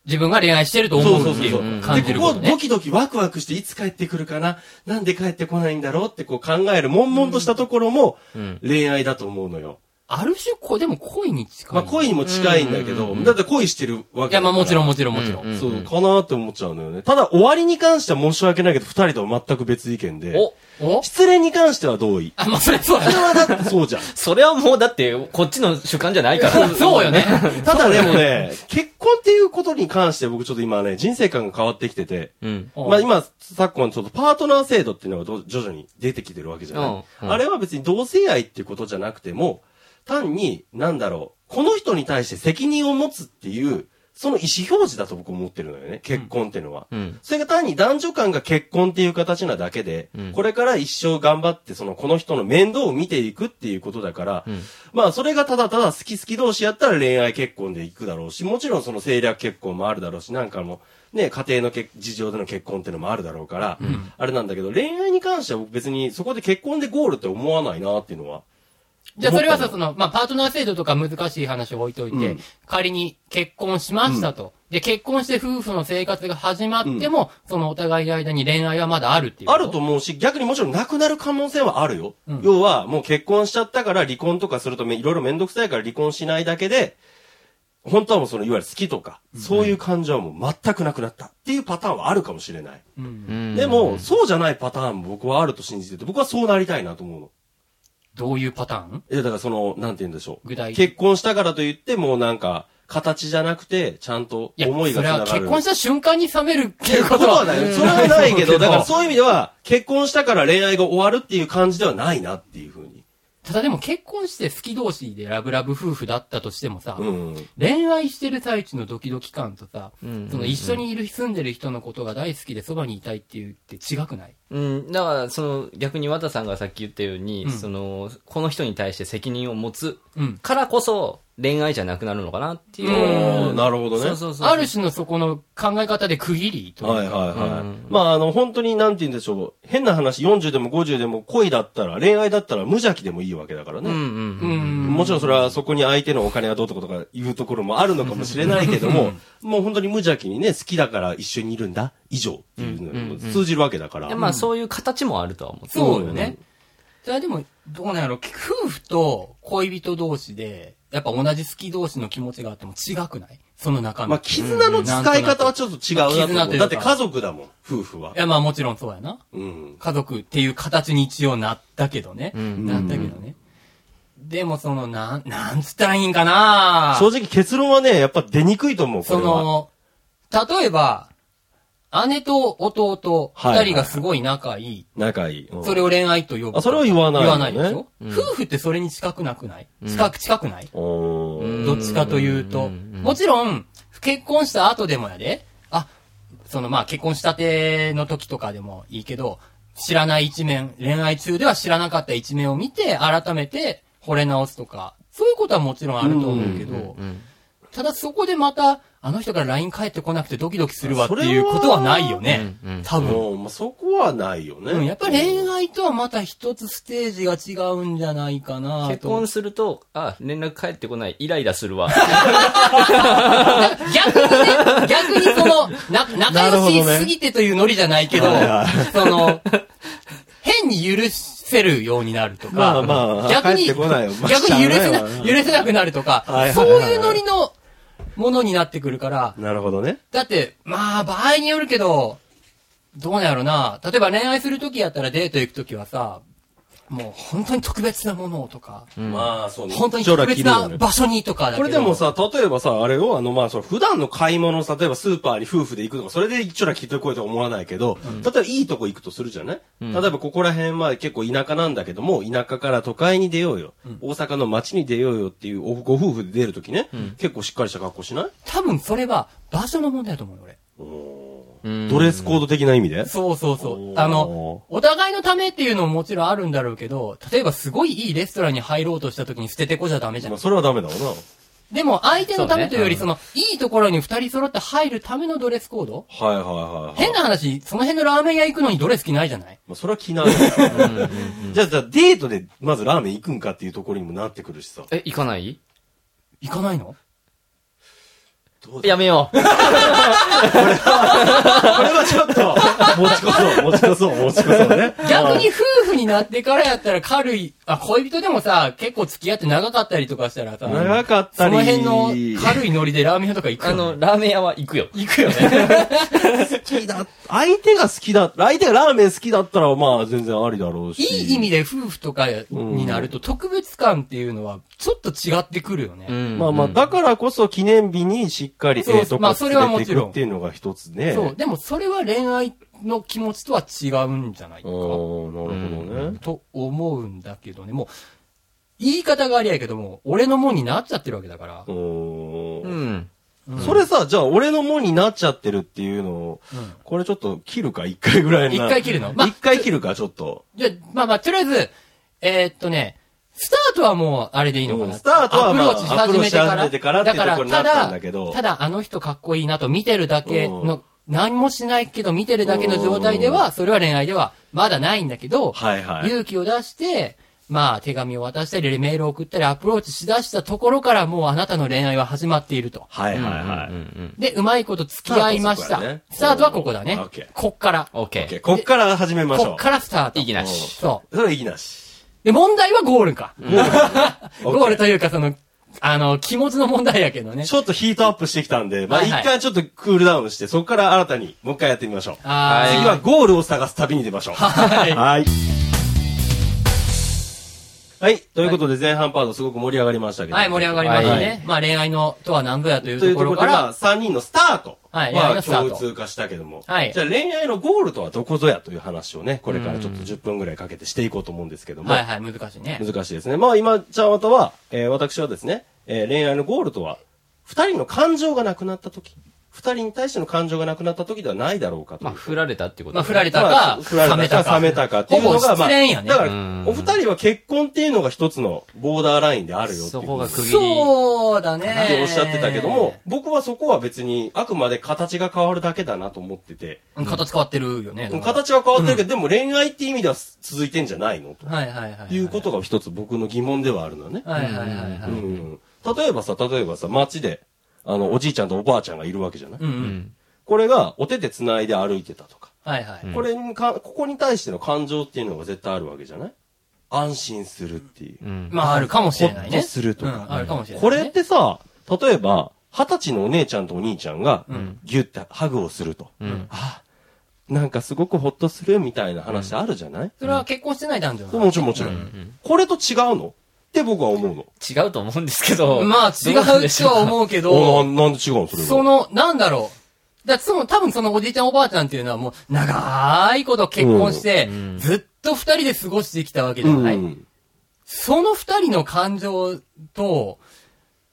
[SPEAKER 2] 自分が恋愛してると思うっていう感じ
[SPEAKER 1] で、
[SPEAKER 2] る
[SPEAKER 1] ここ
[SPEAKER 2] こ
[SPEAKER 1] とド
[SPEAKER 2] ね。
[SPEAKER 1] キドキワクワクしていつ帰ってくるかななんで帰ってこないんだろうってこう考える、悶々としたところも
[SPEAKER 3] うん
[SPEAKER 1] 恋愛だと思うのよ。
[SPEAKER 2] ある種、こう、でも恋に近い。
[SPEAKER 1] まあ恋にも近いんだけど、だって恋してるわ
[SPEAKER 2] い
[SPEAKER 1] けだから。
[SPEAKER 2] や、まあもちろんもちろんもちろん。
[SPEAKER 3] うん
[SPEAKER 1] そう、かなって思っちゃうのよね。ただ終わりに関しては申し訳ないけど、二人とは全く別意見で。
[SPEAKER 3] お、
[SPEAKER 2] お
[SPEAKER 1] 失恋に関しては同意。
[SPEAKER 2] あ、まあそれそうだ
[SPEAKER 1] それはだってそう
[SPEAKER 2] (laughs)
[SPEAKER 1] じゃん。
[SPEAKER 3] それはもうだって、こっちの主観じゃないから。
[SPEAKER 2] な。そうよね。
[SPEAKER 1] ただでもね、結婚っていうことに関して僕ちょっと今ね、人生観が変わってきてて、
[SPEAKER 3] うん。
[SPEAKER 1] まあ今、昨今、ちょっとパートナー制度っていうのがど徐々に出てきてるわけじゃない、
[SPEAKER 3] うんうん
[SPEAKER 1] あれは別に同性愛っていうことじゃなくても、単に、なんだろう、この人に対して責任を持つっていうその意思表示だと僕思ってるのよね、結婚っていうのは。
[SPEAKER 3] うん。
[SPEAKER 1] それが単に男女間が結婚っていう形なだけで、
[SPEAKER 3] うん
[SPEAKER 1] これから一生頑張って、その、この人の面倒を見ていくっていうことだから、
[SPEAKER 3] うん
[SPEAKER 1] まあ、それがただただ好き好き同士やったら恋愛結婚でいくだろうし、もちろんその政略結婚もあるだろうし、なんかも、ね、家庭のけ事情での結婚っていうのもあるだろうから、あれなんだけど、恋愛に関しては僕別にそこで結婚でゴールって思わないなっていうのは。
[SPEAKER 2] じゃあそれはさ、
[SPEAKER 1] 思
[SPEAKER 2] その、まあ、パートナー制度とか難しい話を置いといて、
[SPEAKER 1] うん
[SPEAKER 2] 仮に結婚しましたと。で、結婚して夫婦の生活が始まっても、そのお互いの間に恋愛はまだあるっていうこ。
[SPEAKER 1] あると思うし、逆にもちろんなくなる可能性はあるよ。
[SPEAKER 2] うん
[SPEAKER 1] 要は、もう結婚しちゃったから離婚とかするとめいろいろめんどくさいから離婚しないだけで、本当はもうその、いわゆる好きとか、そういう感情はもう全くなくなったっていうパターンはあるかもしれない。
[SPEAKER 2] うん。
[SPEAKER 3] うん
[SPEAKER 1] でも、、そうじゃないパターンも僕はあると信じてて、僕はそうなりたいなと思うの。
[SPEAKER 2] どういうパターン
[SPEAKER 1] いや、だからその、なんて言うんでしょう。
[SPEAKER 2] 具体的
[SPEAKER 1] 結婚したからといって、もうなんか、形じゃなくて、ちゃんと
[SPEAKER 2] いや、
[SPEAKER 1] 思い
[SPEAKER 2] そ
[SPEAKER 1] がつ
[SPEAKER 2] れ
[SPEAKER 1] なが
[SPEAKER 2] は
[SPEAKER 1] る。
[SPEAKER 2] 結婚した瞬間に冷めるって
[SPEAKER 1] っ
[SPEAKER 2] い
[SPEAKER 1] て
[SPEAKER 2] う
[SPEAKER 1] こ
[SPEAKER 2] ことと
[SPEAKER 1] は
[SPEAKER 2] は
[SPEAKER 1] ない。それはないけど、だから
[SPEAKER 2] う。
[SPEAKER 1] そういう意味では、結婚したから恋愛が終わるっていう感じではないなっていうふうに。
[SPEAKER 2] ただでも結婚して好き同士でラブラブ夫婦だったとしてもさ、
[SPEAKER 1] うん。
[SPEAKER 2] 恋愛してる最中のドキドキ感とさ、
[SPEAKER 3] うん
[SPEAKER 2] その一緒にいる、住んでる人のことが大好きでそばにいたいっていうって違くない
[SPEAKER 3] うん、だから、その、逆に和田さんがさっき言ったように、
[SPEAKER 2] うん
[SPEAKER 3] その、この人に対して責任を持つ
[SPEAKER 2] うん。
[SPEAKER 3] からこそ、恋愛じゃなくなるのかなっていうう。
[SPEAKER 2] ん
[SPEAKER 1] なるほどね。
[SPEAKER 3] そうそうそう。
[SPEAKER 2] ある種のそこの考え方で区切りというか
[SPEAKER 1] はいはいはい。
[SPEAKER 3] うん
[SPEAKER 1] まああの、本当になんて言うんでしょう。変な話、40でも50でも恋だったら、恋愛だったら無邪気でもいいわけだから
[SPEAKER 3] うん
[SPEAKER 1] ね。
[SPEAKER 3] うんうん。
[SPEAKER 1] もちろんそれはそこに相手のお金がどうとかとかいうところもあるのかもしれないけども、もう本当に無邪気にね、好きだから一緒にいるんだ、以上っていうのが通じるわけだから。
[SPEAKER 3] でまあ、そういう形もあるとは思う。
[SPEAKER 2] そうよね。それはでも、どうなんやろ、夫婦と恋人同士で、やっぱ同じ好き同士の気持ちがあっても違くないその中身。
[SPEAKER 1] まあ、絆の使い方はちょっと違うなと
[SPEAKER 2] うん
[SPEAKER 1] 思
[SPEAKER 2] なんとなく絆
[SPEAKER 1] う。
[SPEAKER 2] とい
[SPEAKER 1] だ
[SPEAKER 2] うか。
[SPEAKER 1] って家族だもん、夫婦はい
[SPEAKER 2] や、まあもちろんそうやな。
[SPEAKER 1] うん。
[SPEAKER 2] 家族っていう形に一応なったけどね。
[SPEAKER 3] うん
[SPEAKER 2] なったけどね。でもその、なん、なんつったらいいんかな
[SPEAKER 1] 正直結論はね、やっぱ出にくいと思う、こ
[SPEAKER 2] そ
[SPEAKER 1] れは。
[SPEAKER 2] の、例えば、姉と弟、
[SPEAKER 1] はい
[SPEAKER 2] 二人がすごい仲いい。
[SPEAKER 1] 仲いい。うん
[SPEAKER 2] それを恋愛と呼ぶと。
[SPEAKER 1] あそれは言わない
[SPEAKER 2] 言
[SPEAKER 1] よ
[SPEAKER 2] わ
[SPEAKER 1] ね
[SPEAKER 2] ないでしょ、
[SPEAKER 3] うん
[SPEAKER 2] 夫婦ってそれに近くなくない近く、近くない、
[SPEAKER 1] おー
[SPEAKER 3] うん
[SPEAKER 2] どっちかというと。
[SPEAKER 3] うん
[SPEAKER 2] もちろん、結婚した後でもやで、あ、そのまあ結婚したての時とかでもいいけど、知らない一面、恋愛中では知らなかった一面を見て、改めて惚れ直すとか、そういうことはもちろんあると思うけど、
[SPEAKER 3] うん
[SPEAKER 2] ただそこでまた、あの人から LINE 返ってこなくてドキドキするわっていうことはないよね
[SPEAKER 3] それはうんうん。
[SPEAKER 2] 多分。
[SPEAKER 1] うんまあ、そこはないよね。
[SPEAKER 2] うん、やっぱり恋愛とはまた一つステージが違うんじゃないかなと
[SPEAKER 3] 結婚すると、あ、連絡返ってこない、イライラするわ。
[SPEAKER 2] 逆にね、逆にその、な、仲良しすぎてというノリじゃないけど、
[SPEAKER 1] なる
[SPEAKER 2] その、変に許せるようになるとか、
[SPEAKER 1] まあまあ
[SPEAKER 2] 逆に、
[SPEAKER 1] 帰ってこないよまあ
[SPEAKER 2] 逆に許せ
[SPEAKER 1] しゃ
[SPEAKER 2] な、
[SPEAKER 1] あないわ
[SPEAKER 2] 許せなくなるとか
[SPEAKER 1] はいはいはいは、い
[SPEAKER 2] そういうノリのものになってくるから、
[SPEAKER 1] なるほどね。
[SPEAKER 2] だって、まあ、場合によるけど、どうなんやろな。例えば恋愛するときやったらデート行くときはさ、もう本当に特別なものをとか、
[SPEAKER 1] まあ、そうね。
[SPEAKER 2] 本当に特別な
[SPEAKER 1] こ
[SPEAKER 2] 場所にとかだけど。
[SPEAKER 1] れでもさ、例えばさ、あれを、あの、まあ、その普段の買い物、例えばスーパーに夫婦で行くとか、それで一丁ら聞いてこいとは思わないけど、例えばいいとこ行くとするじゃない、例えばここら辺は結構田舎なんだけども、田舎から都会に出ようよ。大阪の街に出ようよっていうおご夫婦で出るときね、結構しっかりした格好しない
[SPEAKER 2] 多分それは場所の問題だと思うよ、俺。
[SPEAKER 3] うん
[SPEAKER 1] ドレスコード的な意味で
[SPEAKER 2] そうそうそ
[SPEAKER 1] お
[SPEAKER 2] う。
[SPEAKER 1] ー
[SPEAKER 2] あの、お互いのためっていうのももちろんあるんだろうけど、例えばすごいいいレストランに入ろうとした時に捨ててこじゃダメじゃ
[SPEAKER 1] まあ、
[SPEAKER 2] ん。
[SPEAKER 1] それはダメだろうな。
[SPEAKER 2] でも相手のためというより、
[SPEAKER 3] そ
[SPEAKER 2] その、いいところに二人揃って入るためのドレスコード
[SPEAKER 1] はいはいはい、はい。
[SPEAKER 2] 変な話、その辺のラーメン屋行くのにドレス着ないじゃない
[SPEAKER 1] まあ、それは着ないよ。じゃあ、じゃあ、デートで、まずラーメン行くんかっていうところにもなってくるしさ。
[SPEAKER 3] え、行かない
[SPEAKER 2] 行かないの
[SPEAKER 1] どうだ
[SPEAKER 3] やめよう。
[SPEAKER 1] これはちょっと、持ちこそう、持ちこそう、持ちこそうね。
[SPEAKER 2] 逆に夫婦になってからやったら軽い、あ、恋人でもさ、結構付き合って長かったりとかしたらさ、
[SPEAKER 1] 長かった
[SPEAKER 2] そ
[SPEAKER 1] り。
[SPEAKER 2] の辺の軽いノリでラーメン屋とか行く
[SPEAKER 3] あ
[SPEAKER 2] よね
[SPEAKER 3] の、ラーメン屋は行くよ。
[SPEAKER 2] 行くよね。
[SPEAKER 1] 好きだ。相手が好きだ。相手がラーメン好きだったら、まあ、全然ありだろうし。
[SPEAKER 2] いい意味で夫婦とかになると特別感っていうのはちょっと違ってくるよね。
[SPEAKER 1] まあまあ、だからこそ記念日にしっかり
[SPEAKER 2] そう
[SPEAKER 1] ええと
[SPEAKER 2] まあ
[SPEAKER 1] こ
[SPEAKER 2] それは
[SPEAKER 1] 連
[SPEAKER 2] も
[SPEAKER 1] れ
[SPEAKER 2] ち
[SPEAKER 1] てい
[SPEAKER 2] ろ
[SPEAKER 1] く
[SPEAKER 2] ん
[SPEAKER 1] っていうのが一つね。
[SPEAKER 2] そう。でもそれは恋愛の気持ちとは違うんじゃないか
[SPEAKER 1] あーなるほどね。
[SPEAKER 2] と思うんだけどね。もう、言い方がありやけども、俺のもんになっちゃってるわけだから
[SPEAKER 1] う。ー。
[SPEAKER 3] うんん。
[SPEAKER 1] それさ、じゃあ俺のもんになっちゃってるっていうのを、
[SPEAKER 2] うん
[SPEAKER 1] これちょっと切るか、一回ぐらいな。
[SPEAKER 2] 一回切るのまあ
[SPEAKER 1] 一回切るか、ちょっと。
[SPEAKER 2] じゃあ、まあまあ、とりあえず、えーっとね、スタートはもう、あれでいいのか
[SPEAKER 1] うん
[SPEAKER 2] な。
[SPEAKER 1] スタートはまあ
[SPEAKER 2] アプローチし始めて
[SPEAKER 1] アプロ
[SPEAKER 2] から。
[SPEAKER 1] ーチし始めてからっていうところになったんだけど
[SPEAKER 2] からただ、ただあの人かっこいいなと見てるだけの、何もしないけど見てるだけの状態では、それは恋愛ではまだないんだけど、
[SPEAKER 1] はいはい。
[SPEAKER 2] 勇気を出して、まあ、手紙を渡したり、メールを送ったり、アプローチしだしたところから、もうあなたの恋愛は始まっていると。
[SPEAKER 1] はいはいは
[SPEAKER 3] うん
[SPEAKER 1] い。
[SPEAKER 3] うん
[SPEAKER 2] で、うまいこと付き合いまし
[SPEAKER 1] スタートはそこ
[SPEAKER 2] た
[SPEAKER 1] だね。
[SPEAKER 2] スタートはここだね
[SPEAKER 1] オッケー。
[SPEAKER 2] こっから。
[SPEAKER 3] うん。
[SPEAKER 1] オッケー
[SPEAKER 3] OK。
[SPEAKER 1] こっから始めましょう。
[SPEAKER 2] こっからスタート。
[SPEAKER 3] いきなし。
[SPEAKER 2] そう。
[SPEAKER 1] それはいいなし。
[SPEAKER 2] で、問題はゴールか。
[SPEAKER 1] OK
[SPEAKER 2] (laughs) ゴールというか、その、あの、気持ちの問題やけど
[SPEAKER 1] (laughs)
[SPEAKER 2] ね
[SPEAKER 1] ち。ょっとヒートアップしてきたんで、まあ
[SPEAKER 2] はい
[SPEAKER 1] 一
[SPEAKER 2] はい
[SPEAKER 1] 回ちょっとクールダウンして、そこから新たにもう一回やってみましょう。次
[SPEAKER 2] あー
[SPEAKER 1] はゴールを探す旅に出ましょう。
[SPEAKER 2] はい
[SPEAKER 1] はい。はい。ということで前半パートすごく盛り上がりましたけど。
[SPEAKER 2] はい、盛り上がりましたね。
[SPEAKER 3] は
[SPEAKER 2] まあ、恋愛のとは何ぞやという
[SPEAKER 1] という
[SPEAKER 2] と
[SPEAKER 1] ところ
[SPEAKER 2] ころ
[SPEAKER 1] か
[SPEAKER 2] か、
[SPEAKER 1] らら、3人のスタート
[SPEAKER 2] はいやりま
[SPEAKER 1] は
[SPEAKER 2] したと
[SPEAKER 1] 共通化したけども、
[SPEAKER 2] はい
[SPEAKER 1] じゃあ恋愛のゴールとはどこぞやという話をね、これからちょっと10分ぐらいかけてしていこうと思うんですけども、
[SPEAKER 2] はいはい、難しいね。
[SPEAKER 1] 難しいですね。まあ今、ちゃんわたは、えー私はですね、えー恋愛のゴールとは、二人の感情がなくなった時、二人に対しての感情がなくなった時ではないだろうかと。
[SPEAKER 3] まあ、振られたってこと。
[SPEAKER 2] まあ振られた
[SPEAKER 1] まあ
[SPEAKER 2] か、
[SPEAKER 1] 振ら
[SPEAKER 2] 冷め
[SPEAKER 1] れた
[SPEAKER 2] た
[SPEAKER 1] か、
[SPEAKER 2] か。
[SPEAKER 1] 冷めたかっていうのが、
[SPEAKER 2] ほぼ
[SPEAKER 1] まあ、
[SPEAKER 2] 失恋やね
[SPEAKER 1] だか
[SPEAKER 3] う
[SPEAKER 1] ら
[SPEAKER 3] ん、
[SPEAKER 1] お二人は結婚っていうのが一つのボーダーラインであるよってい
[SPEAKER 3] そうこが区切り。
[SPEAKER 2] そうだね。
[SPEAKER 1] っておっしゃってたけども、僕はそこは別に、あくまで形が変わるだけだなと思ってて、
[SPEAKER 2] うん。形変わってるよね。だから
[SPEAKER 1] 形は変わってるけど、でも恋愛って意味では続いてんじゃないのと
[SPEAKER 2] はいはいはい。
[SPEAKER 1] いうことが一つ僕の疑問ではあるのね。
[SPEAKER 2] はいはいはいは
[SPEAKER 1] う
[SPEAKER 2] い。うん
[SPEAKER 1] ん。例えばさ、例えばさ、街で、あの、おじいちゃんとおばあちゃんがいるわけじゃない、
[SPEAKER 2] う。
[SPEAKER 3] うんん。
[SPEAKER 1] これが、お手で繋いで歩いてたとか。
[SPEAKER 2] はいはい。
[SPEAKER 1] これにか、ここに対しての感情っていうのが絶対あるわけじゃない安心するっていう。
[SPEAKER 3] うん。
[SPEAKER 2] まあ、あるかもしれないね。
[SPEAKER 1] ほっとするとか
[SPEAKER 2] うんあるかもしれないね。
[SPEAKER 1] これってさ、例えば、二十歳のお姉ちゃんとお兄ちゃんが、ギュッてハグをすると。
[SPEAKER 3] うん。
[SPEAKER 1] あ、なんかすごくほっとするみたいな話あるじゃない、
[SPEAKER 2] それは結婚してない男女なの
[SPEAKER 1] もちろんもちろん,、
[SPEAKER 3] ん
[SPEAKER 1] これと違うのって僕は思うの。
[SPEAKER 3] 違うと思うんですけど。
[SPEAKER 2] まあ、違
[SPEAKER 3] どなん
[SPEAKER 2] う
[SPEAKER 3] でしょ
[SPEAKER 2] とは思うけ
[SPEAKER 1] お
[SPEAKER 2] ど、
[SPEAKER 1] ななんで違うのそれは。
[SPEAKER 2] その、なんだろう。だその、多分そのおじいちゃんおばあちゃんっていうのはもう、長いこと結婚して、
[SPEAKER 3] うん
[SPEAKER 2] ずっと二人で過ごしてきたわけじ
[SPEAKER 1] う
[SPEAKER 2] ゃ
[SPEAKER 1] ん、
[SPEAKER 2] ない、その二人の感情と、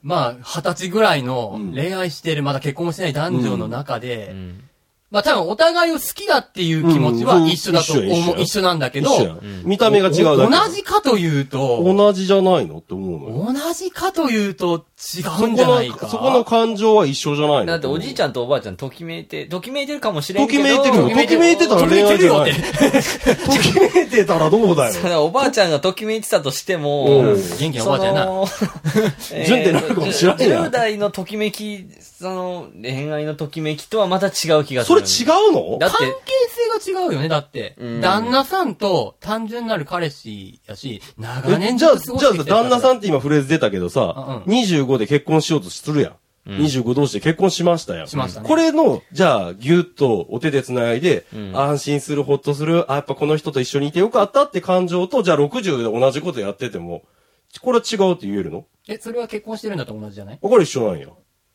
[SPEAKER 2] まあ、二十歳ぐらいの
[SPEAKER 1] うん
[SPEAKER 2] 恋愛してる、まだ結婚もしてない男女の中で、
[SPEAKER 3] うん
[SPEAKER 2] まあ多分お互いを好きだっていう気持ちは
[SPEAKER 1] うん
[SPEAKER 2] 一緒だと思う、
[SPEAKER 1] 一緒や一緒や
[SPEAKER 2] 一緒なんだけ
[SPEAKER 1] け
[SPEAKER 2] ど、
[SPEAKER 1] ど、
[SPEAKER 3] ん
[SPEAKER 1] 見た目が違うだけ。
[SPEAKER 2] 同じかというと、
[SPEAKER 1] 同じじゃないのって思うのよ。
[SPEAKER 2] 同じかというと違うんじゃないか。
[SPEAKER 1] そこのそこの感情は一緒じゃないの
[SPEAKER 3] だっておじいちゃんとおばあちゃんときめいて、ときめいてるかもしれん
[SPEAKER 1] とき
[SPEAKER 3] けど。
[SPEAKER 1] めいてるよ。ときめいてたら恋愛じゃない。ときめいてたらどう
[SPEAKER 3] (laughs)
[SPEAKER 1] だよ。
[SPEAKER 3] ただおばあちゃんがときめいてたとして
[SPEAKER 1] う
[SPEAKER 3] も、
[SPEAKER 1] ん
[SPEAKER 2] 元気なおばあちゃんやな。
[SPEAKER 1] (laughs)
[SPEAKER 3] えー
[SPEAKER 1] 順ってなるかもしれんやん
[SPEAKER 3] 10代のときめき、その、恋愛のときめきとはまた違う気がす
[SPEAKER 1] それ
[SPEAKER 3] る。
[SPEAKER 1] 違
[SPEAKER 3] う
[SPEAKER 1] うの
[SPEAKER 3] だっ
[SPEAKER 2] 関
[SPEAKER 3] て、
[SPEAKER 2] 係性が違うよね、だって
[SPEAKER 3] うん。
[SPEAKER 2] 旦那さんと単純なる彼氏やし、長
[SPEAKER 1] え
[SPEAKER 2] 年
[SPEAKER 1] じ
[SPEAKER 2] ず
[SPEAKER 1] ゃ
[SPEAKER 2] っ
[SPEAKER 1] あ、
[SPEAKER 2] と過
[SPEAKER 1] じ
[SPEAKER 2] ご
[SPEAKER 1] ゃあ
[SPEAKER 2] して
[SPEAKER 1] さ
[SPEAKER 2] きてるから
[SPEAKER 1] 旦那さんって今フレーズ出たけどさ、
[SPEAKER 2] う
[SPEAKER 1] 25で結婚しようとするやん。
[SPEAKER 3] うん
[SPEAKER 1] 25同士で結婚しましたやん。
[SPEAKER 2] しましたね
[SPEAKER 1] これの、じゃあ、ぎゅっとお手で繋いで、
[SPEAKER 3] うん
[SPEAKER 1] 安心する、ほっとする、あ、やっぱこの人と一緒にいてよかったって感情と、じゃあ60で同じことやってても、これは違うって言えるの
[SPEAKER 2] え、それは結婚してるんだと同じじゃない
[SPEAKER 1] これ一緒なんや。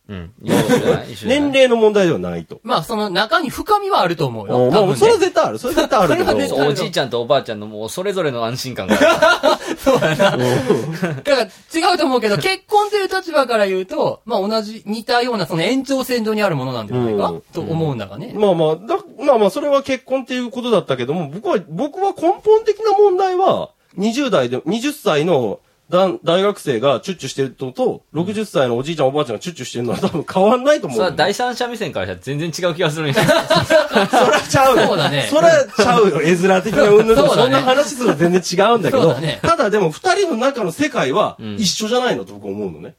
[SPEAKER 3] うん。一緒じゃない一緒じゃな
[SPEAKER 1] 年
[SPEAKER 3] い
[SPEAKER 1] 齢の問題ではないと。
[SPEAKER 2] まあ、その中に深みはあると思う
[SPEAKER 1] あ
[SPEAKER 2] よ。
[SPEAKER 1] ま
[SPEAKER 2] 多
[SPEAKER 1] あ、
[SPEAKER 2] 分
[SPEAKER 1] それは
[SPEAKER 2] ね。
[SPEAKER 1] 絶対ある。それは絶対あるけ
[SPEAKER 2] それは
[SPEAKER 1] ど
[SPEAKER 2] 絶。
[SPEAKER 3] そうおじいちゃんとおばあちゃんのもうそれぞれの安心感があ
[SPEAKER 2] そうやな。だから違うと思うけど、結婚という立場から言うと、まあ同じ、似たようなその延長線上にあるものなんじゃないうか
[SPEAKER 1] ん
[SPEAKER 2] と思うんだがね。
[SPEAKER 1] まあまあ、だ、まあまあ、それは結婚っていうことだったけども、僕は、僕は根本的な問題は、20代で、20歳のだ大学生がチュッチュしてるのと、60歳のおじいちゃんおばあちゃんがチュッチュしてるのは多分変わんないと
[SPEAKER 3] る。
[SPEAKER 1] 思う
[SPEAKER 3] そ
[SPEAKER 1] の
[SPEAKER 3] れ
[SPEAKER 1] よ。
[SPEAKER 3] は第三者目線からしたら全然違う気が
[SPEAKER 1] (laughs)
[SPEAKER 3] するんや。
[SPEAKER 1] そらちゃうよ。
[SPEAKER 2] そうだね
[SPEAKER 1] そらちゃうよ。絵面的な云々と
[SPEAKER 2] そう
[SPEAKER 1] か
[SPEAKER 2] だね
[SPEAKER 1] そんな話するの全然違うんだけ
[SPEAKER 2] そう
[SPEAKER 1] ど
[SPEAKER 2] だね、
[SPEAKER 1] ただでも二人の中の世界は
[SPEAKER 3] ん
[SPEAKER 1] 一緒じゃないのと僕思うのね。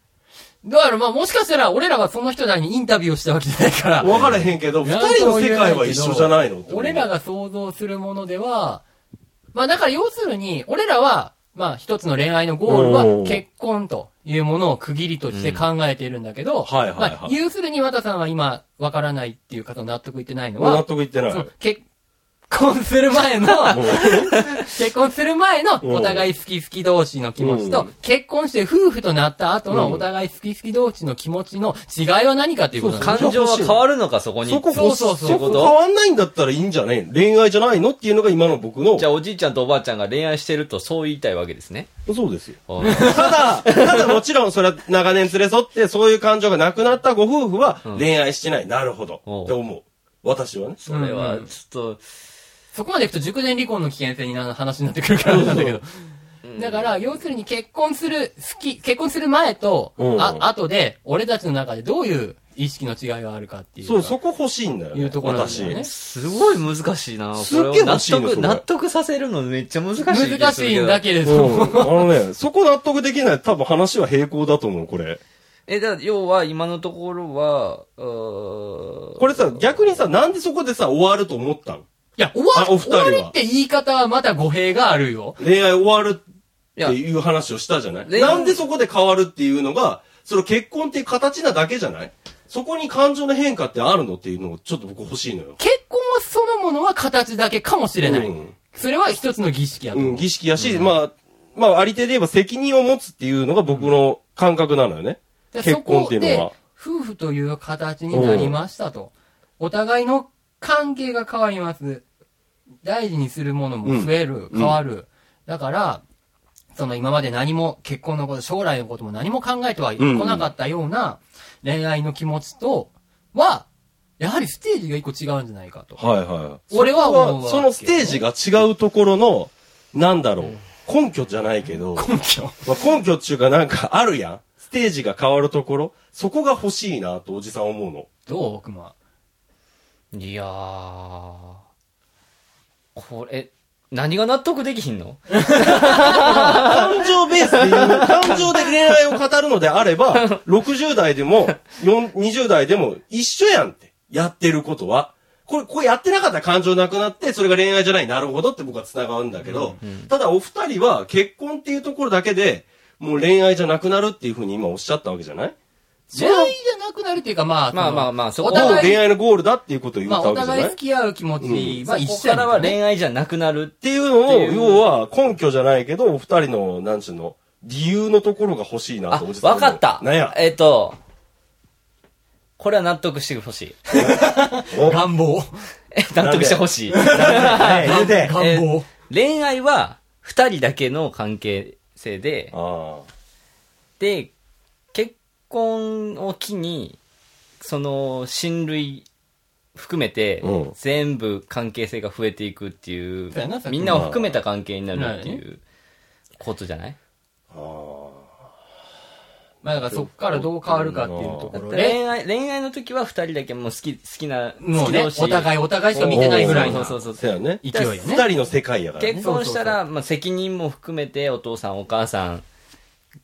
[SPEAKER 2] だからまあもしかしたら俺らはその人らにインタビューをしたわけじゃないから。
[SPEAKER 1] 分からへんけど、二人の世界は一緒じゃないのって思う
[SPEAKER 2] 俺らが想像するものでは、まあだから要するに、俺らは、まあ一つの恋愛のゴール
[SPEAKER 1] お
[SPEAKER 2] は
[SPEAKER 1] ー
[SPEAKER 2] 結婚というものを区切りとして考えているんだけど、
[SPEAKER 1] はいはいはい
[SPEAKER 2] まあ要するに和田さんは今わからないっていう方納得いってないの
[SPEAKER 1] 納
[SPEAKER 2] は、
[SPEAKER 1] 得いってない
[SPEAKER 2] その。結婚する前の、 (laughs) 結婚する前の
[SPEAKER 1] うん
[SPEAKER 2] お互い好き好き同士の気持ち
[SPEAKER 1] う
[SPEAKER 2] と
[SPEAKER 1] ん、
[SPEAKER 2] 結婚して夫婦となった後
[SPEAKER 1] う
[SPEAKER 2] の
[SPEAKER 1] ん
[SPEAKER 2] お互い好き好き同士の気持ちの違いは何かということなんです
[SPEAKER 1] そう
[SPEAKER 3] 感情は変わるのか、そこに。
[SPEAKER 1] そこ
[SPEAKER 2] そ
[SPEAKER 1] そう
[SPEAKER 2] そ
[SPEAKER 1] そ
[SPEAKER 2] うそう
[SPEAKER 1] こ変わんないんだったらいいんじゃねえ恋愛じゃないのっていうのが今の僕の
[SPEAKER 3] じゃあ、おじいちゃんとおばあちゃんが恋愛してると、そう言いたいわけですね。
[SPEAKER 1] そうですよ
[SPEAKER 3] あ
[SPEAKER 1] ただ、ただもちろんそれは長年連れ添って、そういう感情がなくなったご夫婦は
[SPEAKER 3] うん
[SPEAKER 1] 恋愛してない。なるほど。
[SPEAKER 3] おう
[SPEAKER 1] って思う。私はね。
[SPEAKER 3] それ
[SPEAKER 2] う
[SPEAKER 3] は、
[SPEAKER 2] ん
[SPEAKER 3] ちょっと、
[SPEAKER 2] そこまでいくと熟年離婚の危険性にな話になってくるからなんだけど。だから、要するに結婚する、好き、結婚する前と、
[SPEAKER 1] うん
[SPEAKER 2] あ、後で、俺たちの中でどういう意識の違いがあるかっていうか。
[SPEAKER 1] そう、そこ欲しいんだよ、ね。
[SPEAKER 2] いうところなんだ
[SPEAKER 1] 私
[SPEAKER 2] よね。
[SPEAKER 3] すごい難しいな。
[SPEAKER 1] すっげえ
[SPEAKER 3] これを納
[SPEAKER 1] 欲しいのそ
[SPEAKER 3] 得、
[SPEAKER 1] れ
[SPEAKER 3] 納得させるのめっちゃ難しい気がするけど。
[SPEAKER 2] 難しいんだけれど
[SPEAKER 1] うん。
[SPEAKER 2] も。
[SPEAKER 1] あのね、そこ納得できない。多分話は平行だと思う、これ。
[SPEAKER 3] え、だから要は今のところは、うー
[SPEAKER 1] これさ、逆にさ、なんでそこでさ、終わると思ったの
[SPEAKER 2] いや、終
[SPEAKER 1] あお二
[SPEAKER 2] わり、終
[SPEAKER 1] 人は
[SPEAKER 2] わりって言い方はまた語弊があるよ。
[SPEAKER 1] 恋愛終わる
[SPEAKER 3] い
[SPEAKER 1] っ
[SPEAKER 3] や
[SPEAKER 1] て、いう話をしたじゃない
[SPEAKER 3] 恋愛
[SPEAKER 1] なんでそこで変わるっていうのが、その結婚っていう形なだけじゃないそこに感情の変化ってあるのっていうのをちょっと僕欲しいのよ。
[SPEAKER 2] 結婚はそのものは形だけかもしれない。
[SPEAKER 1] うん
[SPEAKER 2] それは一つの儀式やと
[SPEAKER 1] う
[SPEAKER 2] 思う。
[SPEAKER 1] ん、儀式やし、まあ、まあ、あり手で言えば責任を持つっていうのが僕の感覚なのよね。
[SPEAKER 2] で
[SPEAKER 1] 結婚っていうのは
[SPEAKER 2] そこで夫婦という形になりましたと。お互いの関係が変わります。大事にするものも増える、
[SPEAKER 1] うん
[SPEAKER 2] 変わる。だから、その今まで何も結婚のこと、将来のことも何も考えてはいこ
[SPEAKER 1] うん
[SPEAKER 2] なかったような恋愛の気持ちとは、やはりステージが一個違うんじゃないかと。
[SPEAKER 1] はいはい。
[SPEAKER 2] 俺は思うわけ
[SPEAKER 1] そのステージが違うところの、なんだろう、根拠じゃないけど、
[SPEAKER 2] 根拠。
[SPEAKER 1] まあ、根拠っていうかなんかあるやん。ステージが変わるところ、そこが欲しいなとおじさん思うの。
[SPEAKER 2] どう奥間。
[SPEAKER 3] いやー、これ、何が納得できひんの
[SPEAKER 1] 感情ベースで言う、感情で恋愛を語るのであれば、60代でも、4 20代でも一緒やんって。やってることは。これ、これやってなかったら感情なくなって、それが恋愛じゃない、なるほどって僕は繋がるんだけど、ただお二人は結婚っていうところだけで、もう恋愛じゃなくなるっていうふうに今おっしゃったわけじゃない
[SPEAKER 2] 恋愛じゃなくなるっていうか、まあ、
[SPEAKER 3] ま
[SPEAKER 2] そ
[SPEAKER 3] あ
[SPEAKER 2] の
[SPEAKER 3] まあまあそこ
[SPEAKER 2] お
[SPEAKER 1] もう
[SPEAKER 2] 互
[SPEAKER 1] 恋
[SPEAKER 2] い、
[SPEAKER 1] 愛のゴールだっていうことを言っ
[SPEAKER 2] ま
[SPEAKER 1] た
[SPEAKER 2] あ、お
[SPEAKER 1] わけじゃな
[SPEAKER 2] 互い
[SPEAKER 1] い、
[SPEAKER 2] 付き合う気持ち、まあ一
[SPEAKER 3] ここ
[SPEAKER 2] 緒や
[SPEAKER 3] か
[SPEAKER 2] ねんけ
[SPEAKER 3] ら
[SPEAKER 2] ど
[SPEAKER 3] は
[SPEAKER 2] ね
[SPEAKER 3] 恋愛じゃなくなる
[SPEAKER 1] っ。ていうのを、
[SPEAKER 3] っていう
[SPEAKER 1] 要は根拠じゃないけど、お二人の、なんちゅうの、理由のところが欲しいな
[SPEAKER 3] あ
[SPEAKER 1] とおじ、さん思
[SPEAKER 3] わ
[SPEAKER 1] う。
[SPEAKER 3] かった
[SPEAKER 1] なん
[SPEAKER 3] (laughs)
[SPEAKER 1] や。
[SPEAKER 3] えっと、これは納得してほしい。
[SPEAKER 1] お
[SPEAKER 2] 願望。
[SPEAKER 3] え納得してほしい。
[SPEAKER 1] はい言うて
[SPEAKER 2] 願
[SPEAKER 3] え
[SPEAKER 2] 望。
[SPEAKER 3] 恋愛は、二人だけの関係性で、
[SPEAKER 1] ああ。
[SPEAKER 3] で、結婚を機に、その、親類含めて
[SPEAKER 1] うん、
[SPEAKER 3] 全部関係性が増えていくっていう
[SPEAKER 2] そうやなさっ、き
[SPEAKER 3] みんなを含めた関係になるっていうことじゃない
[SPEAKER 1] ああ。
[SPEAKER 2] まあだからそこからどう変わるかっていうところで、
[SPEAKER 3] 恋愛、恋愛の時は二人だけもう好き、好きな、好
[SPEAKER 2] もう
[SPEAKER 3] き
[SPEAKER 2] ね
[SPEAKER 3] 同、士。
[SPEAKER 2] お互いお互いしか見てないぐらい
[SPEAKER 3] そ
[SPEAKER 2] の
[SPEAKER 3] うそうそう
[SPEAKER 1] そうやね。
[SPEAKER 2] 勢いよ
[SPEAKER 1] 二
[SPEAKER 2] ね。
[SPEAKER 1] 人の世界やからね
[SPEAKER 3] 結。婚したら、まあ、責任も含めて、お父さん、お母さん、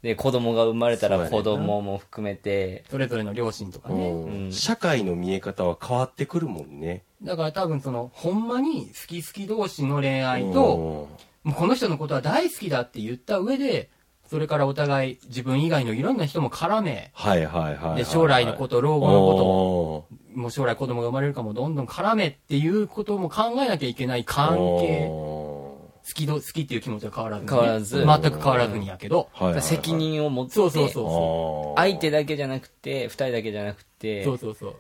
[SPEAKER 3] で、子供が生まれた
[SPEAKER 1] そう
[SPEAKER 3] ら
[SPEAKER 1] やねん
[SPEAKER 3] 子
[SPEAKER 1] な
[SPEAKER 3] 供も含めて、
[SPEAKER 2] それぞれの両親とか
[SPEAKER 1] う
[SPEAKER 2] ね。
[SPEAKER 1] ん
[SPEAKER 3] うん
[SPEAKER 1] 社会の見え方は変わってくるもんね。
[SPEAKER 2] だから多分その、ほんまに好き好き同士の恋愛と、もうこの人のことは大好きだって言った上で、それからお互い自分以外のいろんな人も絡め、
[SPEAKER 1] はいはいはいはい。、
[SPEAKER 2] で、将来のことと、老後のこと
[SPEAKER 1] おー
[SPEAKER 2] もう将来子供が生まれるかもどんどん絡めっていうことも考えなきゃいけない関係。
[SPEAKER 1] お
[SPEAKER 2] 好きど、好きっていう気持ちは変わらずにね。
[SPEAKER 3] 変わらず
[SPEAKER 2] 全く変わらずにやけど。
[SPEAKER 1] ーはいはいはい。
[SPEAKER 3] 責任を持って、
[SPEAKER 2] そうそうそう
[SPEAKER 1] を
[SPEAKER 3] 相手だけじゃなくて、二人だけじゃなくて、
[SPEAKER 2] そうそうそう。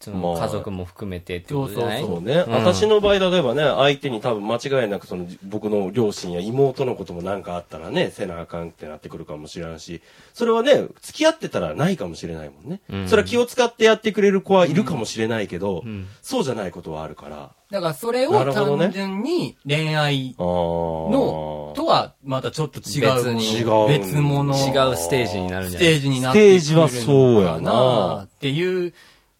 [SPEAKER 3] その
[SPEAKER 1] まあ
[SPEAKER 3] 家族も含めてってことじゃない
[SPEAKER 2] そう
[SPEAKER 1] そうね、
[SPEAKER 3] うん
[SPEAKER 1] 私の場合、例えばね、相手に多分間違いなく、その、僕の両親や妹のこともなんかあったらね、せなあかんってなってくるかもしれんし、それはね、付き合ってたらないかもしれないもんね。
[SPEAKER 3] うん
[SPEAKER 1] それは気を使ってやってくれる子はいるかもしれないけど、
[SPEAKER 3] うん
[SPEAKER 1] そうじゃないことはあるから。
[SPEAKER 2] だからそれを
[SPEAKER 1] なるほどね
[SPEAKER 2] 単純に恋愛の
[SPEAKER 1] の
[SPEAKER 2] とはまたちょっと違う
[SPEAKER 3] 別
[SPEAKER 1] に違う
[SPEAKER 2] 別物
[SPEAKER 3] 違うステージになるんじ
[SPEAKER 2] ス
[SPEAKER 3] ゃない
[SPEAKER 2] テージになってくるのか
[SPEAKER 1] ステージはそうやな
[SPEAKER 2] っていう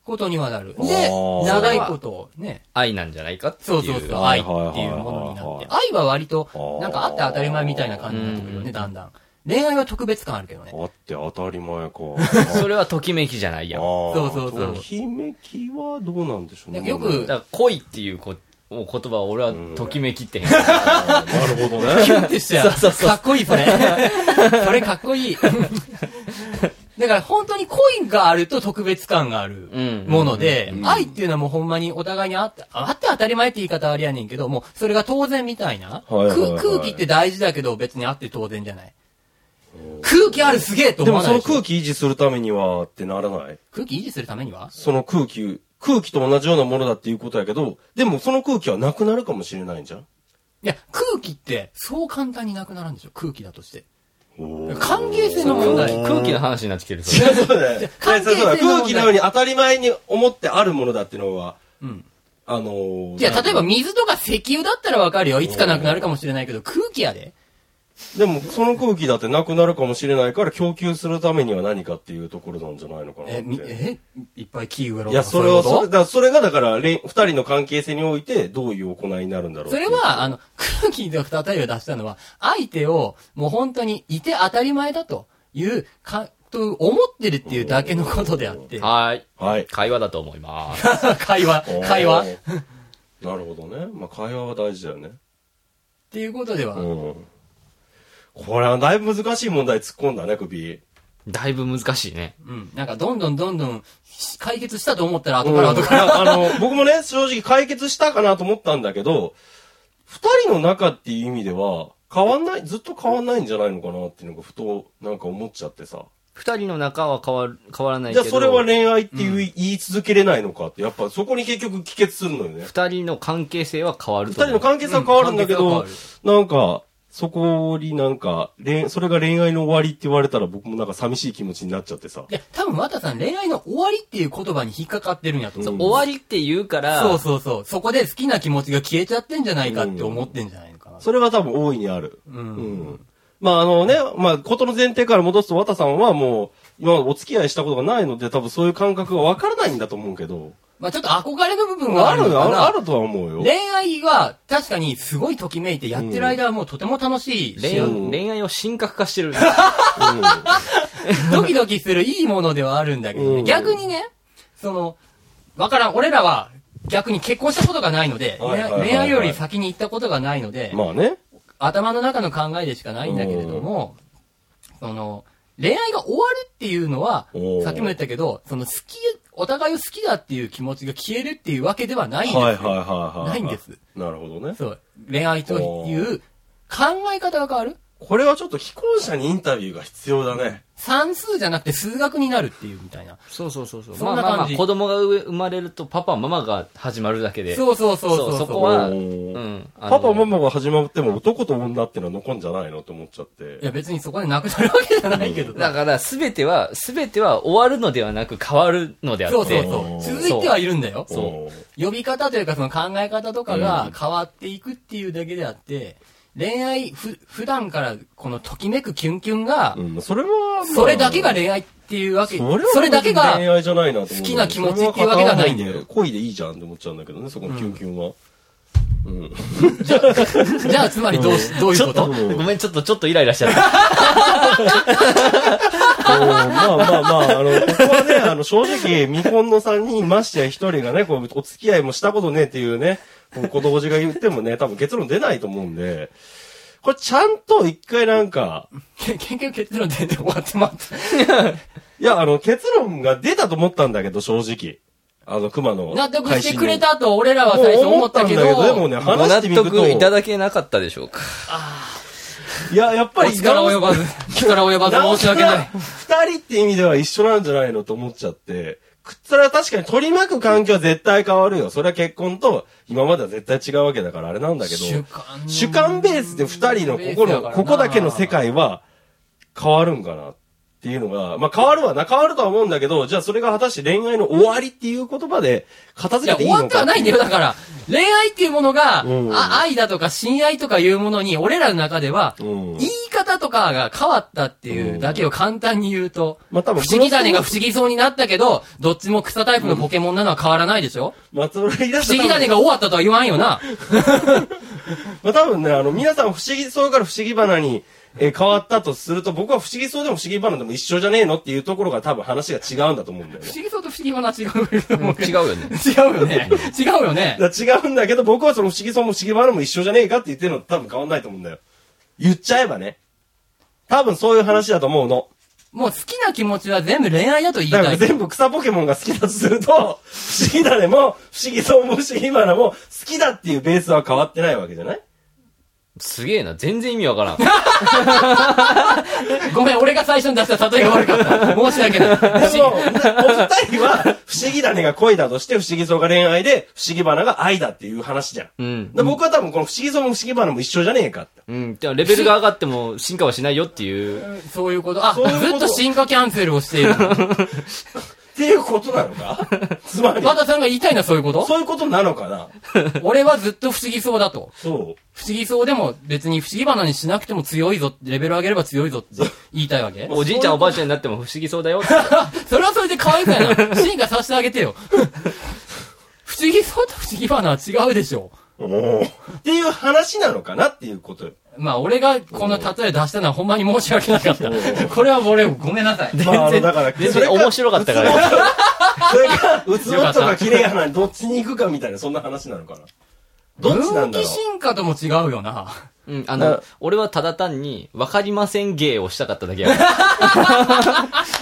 [SPEAKER 2] ことにはなる。
[SPEAKER 1] あー
[SPEAKER 2] で、長いことね、
[SPEAKER 3] 愛なんじゃないかって
[SPEAKER 2] そ
[SPEAKER 3] いう。
[SPEAKER 2] うそうそう、
[SPEAKER 1] は
[SPEAKER 2] 愛
[SPEAKER 1] い
[SPEAKER 2] って
[SPEAKER 1] はいはいはい
[SPEAKER 2] いうものになって。愛は割と
[SPEAKER 1] あー
[SPEAKER 2] なんかあって当たり前みたいな感じになってくるよ
[SPEAKER 3] う
[SPEAKER 2] ね、
[SPEAKER 3] ん
[SPEAKER 2] だんだん。恋愛は特別感あるけどね。
[SPEAKER 1] あって当たり前か。
[SPEAKER 3] (laughs) それはときめきじゃないやん。だ
[SPEAKER 1] そう
[SPEAKER 2] そうそう
[SPEAKER 1] ときめきはどうなんでしょうね。
[SPEAKER 2] よく
[SPEAKER 3] から恋っていうこ言葉を俺はときめきって変
[SPEAKER 1] なる
[SPEAKER 3] (laughs)
[SPEAKER 1] ほどね。 (laughs)
[SPEAKER 2] キュンってしちゃう。かっこいい、それ。それかっこいい。だから本当に恋があると特別感がある
[SPEAKER 3] うん
[SPEAKER 2] もので
[SPEAKER 4] う、ん
[SPEAKER 2] 愛っていうのはもうほんまにお互いにあって、あって当たり前って言い方はありやねんけど、もうそれが当然みたいな。
[SPEAKER 1] はいはいはい
[SPEAKER 2] く空気って大事だけど別にあって当然じゃない。空気あるすげえと
[SPEAKER 1] で
[SPEAKER 2] 思
[SPEAKER 1] も
[SPEAKER 2] わな
[SPEAKER 1] そ
[SPEAKER 2] い
[SPEAKER 1] の
[SPEAKER 2] でしょ
[SPEAKER 1] 空気維持するためにはってならない
[SPEAKER 2] 空気維持するためには
[SPEAKER 1] その空気、空気と同じようなものだっていうことやけど、でもその空気はなくなるかもしれないんじゃん
[SPEAKER 2] いや、空気ってそう簡単になくなるんでしょ空気だとして。関係性の問
[SPEAKER 3] 空
[SPEAKER 2] 題。
[SPEAKER 3] 気空気の話になってきてる。それ
[SPEAKER 1] そうだよ。
[SPEAKER 2] 関係性の問題
[SPEAKER 1] 空気のように当たり前に思ってあるものだっていうのは、
[SPEAKER 2] うん。
[SPEAKER 1] あのー
[SPEAKER 2] いや、例えば水とか石油だったらわかるよ。いつかなくなるかもしれないけど、空気やで。
[SPEAKER 1] でもその空気だってなくなるかもしれないから供給するためには何かっていうところなんじゃないのかなっ
[SPEAKER 2] え、み
[SPEAKER 1] て。
[SPEAKER 2] えいっぱい木植えろ
[SPEAKER 1] いや、それを、そ
[SPEAKER 2] そ
[SPEAKER 1] れだからそれがだから、れん二人の関係性において、どういう行いになるんだろうっ
[SPEAKER 2] そ
[SPEAKER 1] てい
[SPEAKER 2] れ
[SPEAKER 1] う
[SPEAKER 2] は、あの、空気が二人を出したのは、相手を、もう本当にいて当たり前だという、か、と思ってるっていうだけのことであって。
[SPEAKER 3] はーい。
[SPEAKER 1] はい。
[SPEAKER 3] 会話だと思います。
[SPEAKER 2] (laughs) 会話、会話。っ
[SPEAKER 1] おーなるほどね。まあ、会話は大事だよね。
[SPEAKER 2] ていうことでは、
[SPEAKER 1] うん。これはだいぶ難しい問題突っ込んだね、首。
[SPEAKER 3] だいぶ難しいね。
[SPEAKER 2] うん。なんか、どんどんどんどん、解決したと思ったら、
[SPEAKER 1] う
[SPEAKER 2] 後
[SPEAKER 1] ん
[SPEAKER 2] から後から。
[SPEAKER 1] いやあの、僕もね、正直解決したかなと思ったんだけど、二人の中っていう意味では、変わんない、ずっと変わんないんじゃないのかなっていうのが、ふと、なんか思っちゃってさ。
[SPEAKER 3] 二人の中は変わる、変わらな
[SPEAKER 1] じ
[SPEAKER 3] いけ
[SPEAKER 1] ゃあ、
[SPEAKER 3] ど。
[SPEAKER 1] それは恋愛っていう、言い続けれないのかって、やっぱそこに結局帰結するのよね。
[SPEAKER 3] 二人の関係性は変わる
[SPEAKER 1] 二
[SPEAKER 3] と
[SPEAKER 1] 人
[SPEAKER 3] 思う。
[SPEAKER 1] の関係性は変わるんだけ
[SPEAKER 2] うん
[SPEAKER 1] ど
[SPEAKER 2] 関係、
[SPEAKER 1] なんか、そこになんか、恋、それが恋愛の終わりって言われたら僕もなんか寂しい気持ちになっちゃってさ。
[SPEAKER 2] いや、多分、またさん、恋愛の終わりっていう言葉に引っかかってるんやと思う。
[SPEAKER 3] 終わりって言うから、
[SPEAKER 2] そうそうそう。そこで好きな気持ちが消えちゃってんじゃないかって思ってんじゃないのかな。
[SPEAKER 1] それは多分大いにある。
[SPEAKER 2] う。
[SPEAKER 1] うんん。まああのね、まあことの前提から戻すと、綿さんはもう、今までお付き合いしたことがないので、多分そういう感覚がわからないんだと思うけど。
[SPEAKER 2] まあちょっと憧れの部分は
[SPEAKER 1] あ
[SPEAKER 2] ある
[SPEAKER 1] る
[SPEAKER 2] のか
[SPEAKER 1] ある、
[SPEAKER 2] な。
[SPEAKER 1] あるとは思うよ。
[SPEAKER 2] 恋愛は確かにすごいときめいてやってる間はもうとても楽しいし、
[SPEAKER 3] 恋愛
[SPEAKER 1] うん
[SPEAKER 3] 恋愛を神格化してる。
[SPEAKER 2] (laughs) ドキドキするいいものではあるんだけどね、
[SPEAKER 1] うん
[SPEAKER 2] 逆にね、その、わからん、俺らは逆に結婚したことがないので、
[SPEAKER 1] はいはいはいはい
[SPEAKER 2] 恋愛より先に行ったことがないので、
[SPEAKER 1] まあね。
[SPEAKER 2] 頭の中の考えでしかないんだけれども、その、恋愛が終わるっていうのは
[SPEAKER 1] おー、
[SPEAKER 2] さっきも言ったけど、その好き、お互いを好きだっていう気持ちが消えるっていうわけではないんですよ。
[SPEAKER 1] はいはいはいはい。
[SPEAKER 2] ないんです。
[SPEAKER 1] なるほどね。
[SPEAKER 2] そう。恋愛という考え方が変わる
[SPEAKER 1] これはちょっと既婚者にインタビューが必要だね。
[SPEAKER 2] 算数じゃなくて数学になるっていうみたいな。
[SPEAKER 3] そうそうそうそう。
[SPEAKER 2] そん
[SPEAKER 3] ま
[SPEAKER 2] な
[SPEAKER 3] あまあま
[SPEAKER 2] 感
[SPEAKER 3] あ、
[SPEAKER 2] じ
[SPEAKER 3] 子供が生まれるとパパ、ママが始まるだけで。
[SPEAKER 2] そうそうそう
[SPEAKER 3] そ
[SPEAKER 2] そうう。
[SPEAKER 3] そこは、
[SPEAKER 1] お
[SPEAKER 3] う
[SPEAKER 1] ー
[SPEAKER 3] ん。あの
[SPEAKER 1] パパママが始まっても男と女ってのは残んじゃないのって思っちゃって。
[SPEAKER 2] いや別にそこでなくなるわけじゃないけど
[SPEAKER 3] だ
[SPEAKER 2] さ。
[SPEAKER 3] から、すべては、すべては終わるのではなく変わるのであって。
[SPEAKER 2] そうそう
[SPEAKER 1] おー
[SPEAKER 2] そう。続いてはいるんだよ。
[SPEAKER 3] そう
[SPEAKER 1] おー
[SPEAKER 2] 呼び方というかその考え方とか
[SPEAKER 3] うん
[SPEAKER 2] が変わっていくっていうだけであって、恋愛、ふ、普段からこのときめくキュンキュンが、
[SPEAKER 1] うん、それは、
[SPEAKER 2] それだけが恋愛っていうわけ、
[SPEAKER 1] それは
[SPEAKER 2] それだけが
[SPEAKER 1] 恋、愛じゃないなと思う
[SPEAKER 2] 好きな気持ちっていうわけではないんだよ
[SPEAKER 1] それは片思いで恋でいいじゃんって思っちゃうんだけどね、そこのキュンキュンは。うん。
[SPEAKER 2] じゃあつまりどうし、どうい
[SPEAKER 3] ち
[SPEAKER 2] う
[SPEAKER 3] ょ
[SPEAKER 2] こ
[SPEAKER 3] っと、
[SPEAKER 2] と
[SPEAKER 3] ごめん、ちょっと、ちょっとイライラしちゃった。
[SPEAKER 1] まあまあまあ、あの、ここはね、あの、正直、未婚の3人、ましてや1人がね、こう、お付き合いもしたことねえっていうね、こう子供じが言ってもね、多分結論出ないと思うんで、これちゃんと一回なんか、
[SPEAKER 2] け結局結論出て終わってまっ
[SPEAKER 1] (laughs)
[SPEAKER 2] た。
[SPEAKER 1] いや、あの、結論が出たと思ったんだけど、正直。あの、熊の。
[SPEAKER 2] 納得してくれたと俺らは最初思ったけど、
[SPEAKER 1] もう思ったんだけどでもね
[SPEAKER 3] ご
[SPEAKER 1] 話し
[SPEAKER 3] 納
[SPEAKER 1] てみると
[SPEAKER 3] 得いただけなかったでしょうか。
[SPEAKER 1] いや、やっぱり、
[SPEAKER 2] お力及
[SPEAKER 1] (laughs)
[SPEAKER 2] ばず、力及ばず申し訳ない。
[SPEAKER 1] 二人って意味では一緒なんじゃないのと思っちゃって。くっつら確かに取り巻く環境は絶対変わるよ。それは結婚と今までは絶対違うわけだからあれなんだけど。
[SPEAKER 2] 主観の
[SPEAKER 1] 主観ベースで二人のここ
[SPEAKER 2] ベー
[SPEAKER 1] の、
[SPEAKER 2] スだからな
[SPEAKER 1] ここだけの世界は変わるんかなっていうのが、まあ変わるわな、変わるとは思うんだけど、じゃあそれが果たして恋愛の終わりっていう言葉で片
[SPEAKER 2] い
[SPEAKER 1] 付
[SPEAKER 2] や、
[SPEAKER 1] けてい
[SPEAKER 2] 終
[SPEAKER 1] いのか
[SPEAKER 2] わってはないんだよ。だから、恋愛っていうものが、
[SPEAKER 1] うん
[SPEAKER 2] あ愛だとか親愛とかいうものに、俺らの中では、
[SPEAKER 1] うん
[SPEAKER 2] 言い方とかが変わったっていうだけを簡単に言うと、
[SPEAKER 1] まあ多分
[SPEAKER 2] 不思議種が不思議そうになったけど、どっちも草タイプのポケモンなのは変わらないでしょ、
[SPEAKER 1] 松村いらっ
[SPEAKER 2] 不
[SPEAKER 1] しゃ
[SPEAKER 2] 思
[SPEAKER 1] っ
[SPEAKER 2] 議
[SPEAKER 1] た
[SPEAKER 2] 種が終わったとは言わんよな。
[SPEAKER 1] まあ多分ね、あの、皆さん不思議そうから不思議花に、えー変わったとすると、僕は不思議そうでも不思議花でも一緒じゃねえのっていうところが多分話が違うんだと思うんだよ
[SPEAKER 2] 不
[SPEAKER 1] ね。
[SPEAKER 2] 思議そうと不思議はな違うと思うけ
[SPEAKER 3] 違う
[SPEAKER 2] ど。
[SPEAKER 3] よね。
[SPEAKER 2] (laughs) 違うよね。違うよね。
[SPEAKER 1] だから違うんだけど、僕はその不思議そうも不思議花も一緒じゃねえかって言ってるのと多分変わんないと思うんだよ。言っちゃえばね。多分そういう話だと思うの。
[SPEAKER 2] もう好きな気持ちは全部恋愛だと言い
[SPEAKER 1] だか
[SPEAKER 2] た
[SPEAKER 1] ら
[SPEAKER 2] い。
[SPEAKER 1] 全部草ポケモンが好きだとすると、不思議だねも、不思議そうも不思議花も、好きだっていうベースは変わってないわけじゃない
[SPEAKER 3] すげえな。全然意味わからん。
[SPEAKER 2] ごめん、俺が最初に出した例えが悪かった。申し訳な
[SPEAKER 1] で
[SPEAKER 2] い。
[SPEAKER 1] も、お二人は、不思議だねが恋だとして、不思議そうが恋愛で、不思議花が愛だっていう話じゃん。
[SPEAKER 3] うん。
[SPEAKER 1] で僕は多分この不思議そうも不思議花も一緒じゃねえか
[SPEAKER 3] (laughs)
[SPEAKER 1] って。
[SPEAKER 3] うん。じゃあレベルが上がっても進化はしないよっていう。
[SPEAKER 2] そういうこと。あ、
[SPEAKER 1] そういう
[SPEAKER 2] ず
[SPEAKER 1] こ
[SPEAKER 2] っ
[SPEAKER 1] と
[SPEAKER 2] と進化キャンセルをしている。
[SPEAKER 1] っていうことなのかつ
[SPEAKER 2] (laughs)
[SPEAKER 1] まり、
[SPEAKER 2] 和田さんが言いたいのはそういうこと
[SPEAKER 1] そういうことなのかな
[SPEAKER 2] 俺はずっと不思議そうだと。
[SPEAKER 1] そう。
[SPEAKER 2] 不思議そうでも別に不思議花にしなくても強いぞ、レベル上げれば強いぞって言いたいわけ
[SPEAKER 3] おじいちゃんおばあちゃんになっても不思議そうだよって。
[SPEAKER 2] それはそれで可愛くないな。進化させてあげてよ。 (laughs) 不思議そうと不思議花は違うでしょ。
[SPEAKER 1] おーっていう話なのかなっていうことよ。
[SPEAKER 2] まあ俺がこの例え出したのはほんまに申し訳なかった。これは俺ごめんなさい。
[SPEAKER 1] まあ、あのだから、
[SPEAKER 3] 全
[SPEAKER 1] それ
[SPEAKER 3] 然面白かったから。
[SPEAKER 1] それが、うつぼとか綺麗やな、どっちに行くかみたいな、そんな話なのかな。どっちなんだろ
[SPEAKER 2] 分岐進化とも違うよな。
[SPEAKER 3] うん。あ
[SPEAKER 1] な
[SPEAKER 3] の、俺はただ単に、わかりません芸をしたかっただけやか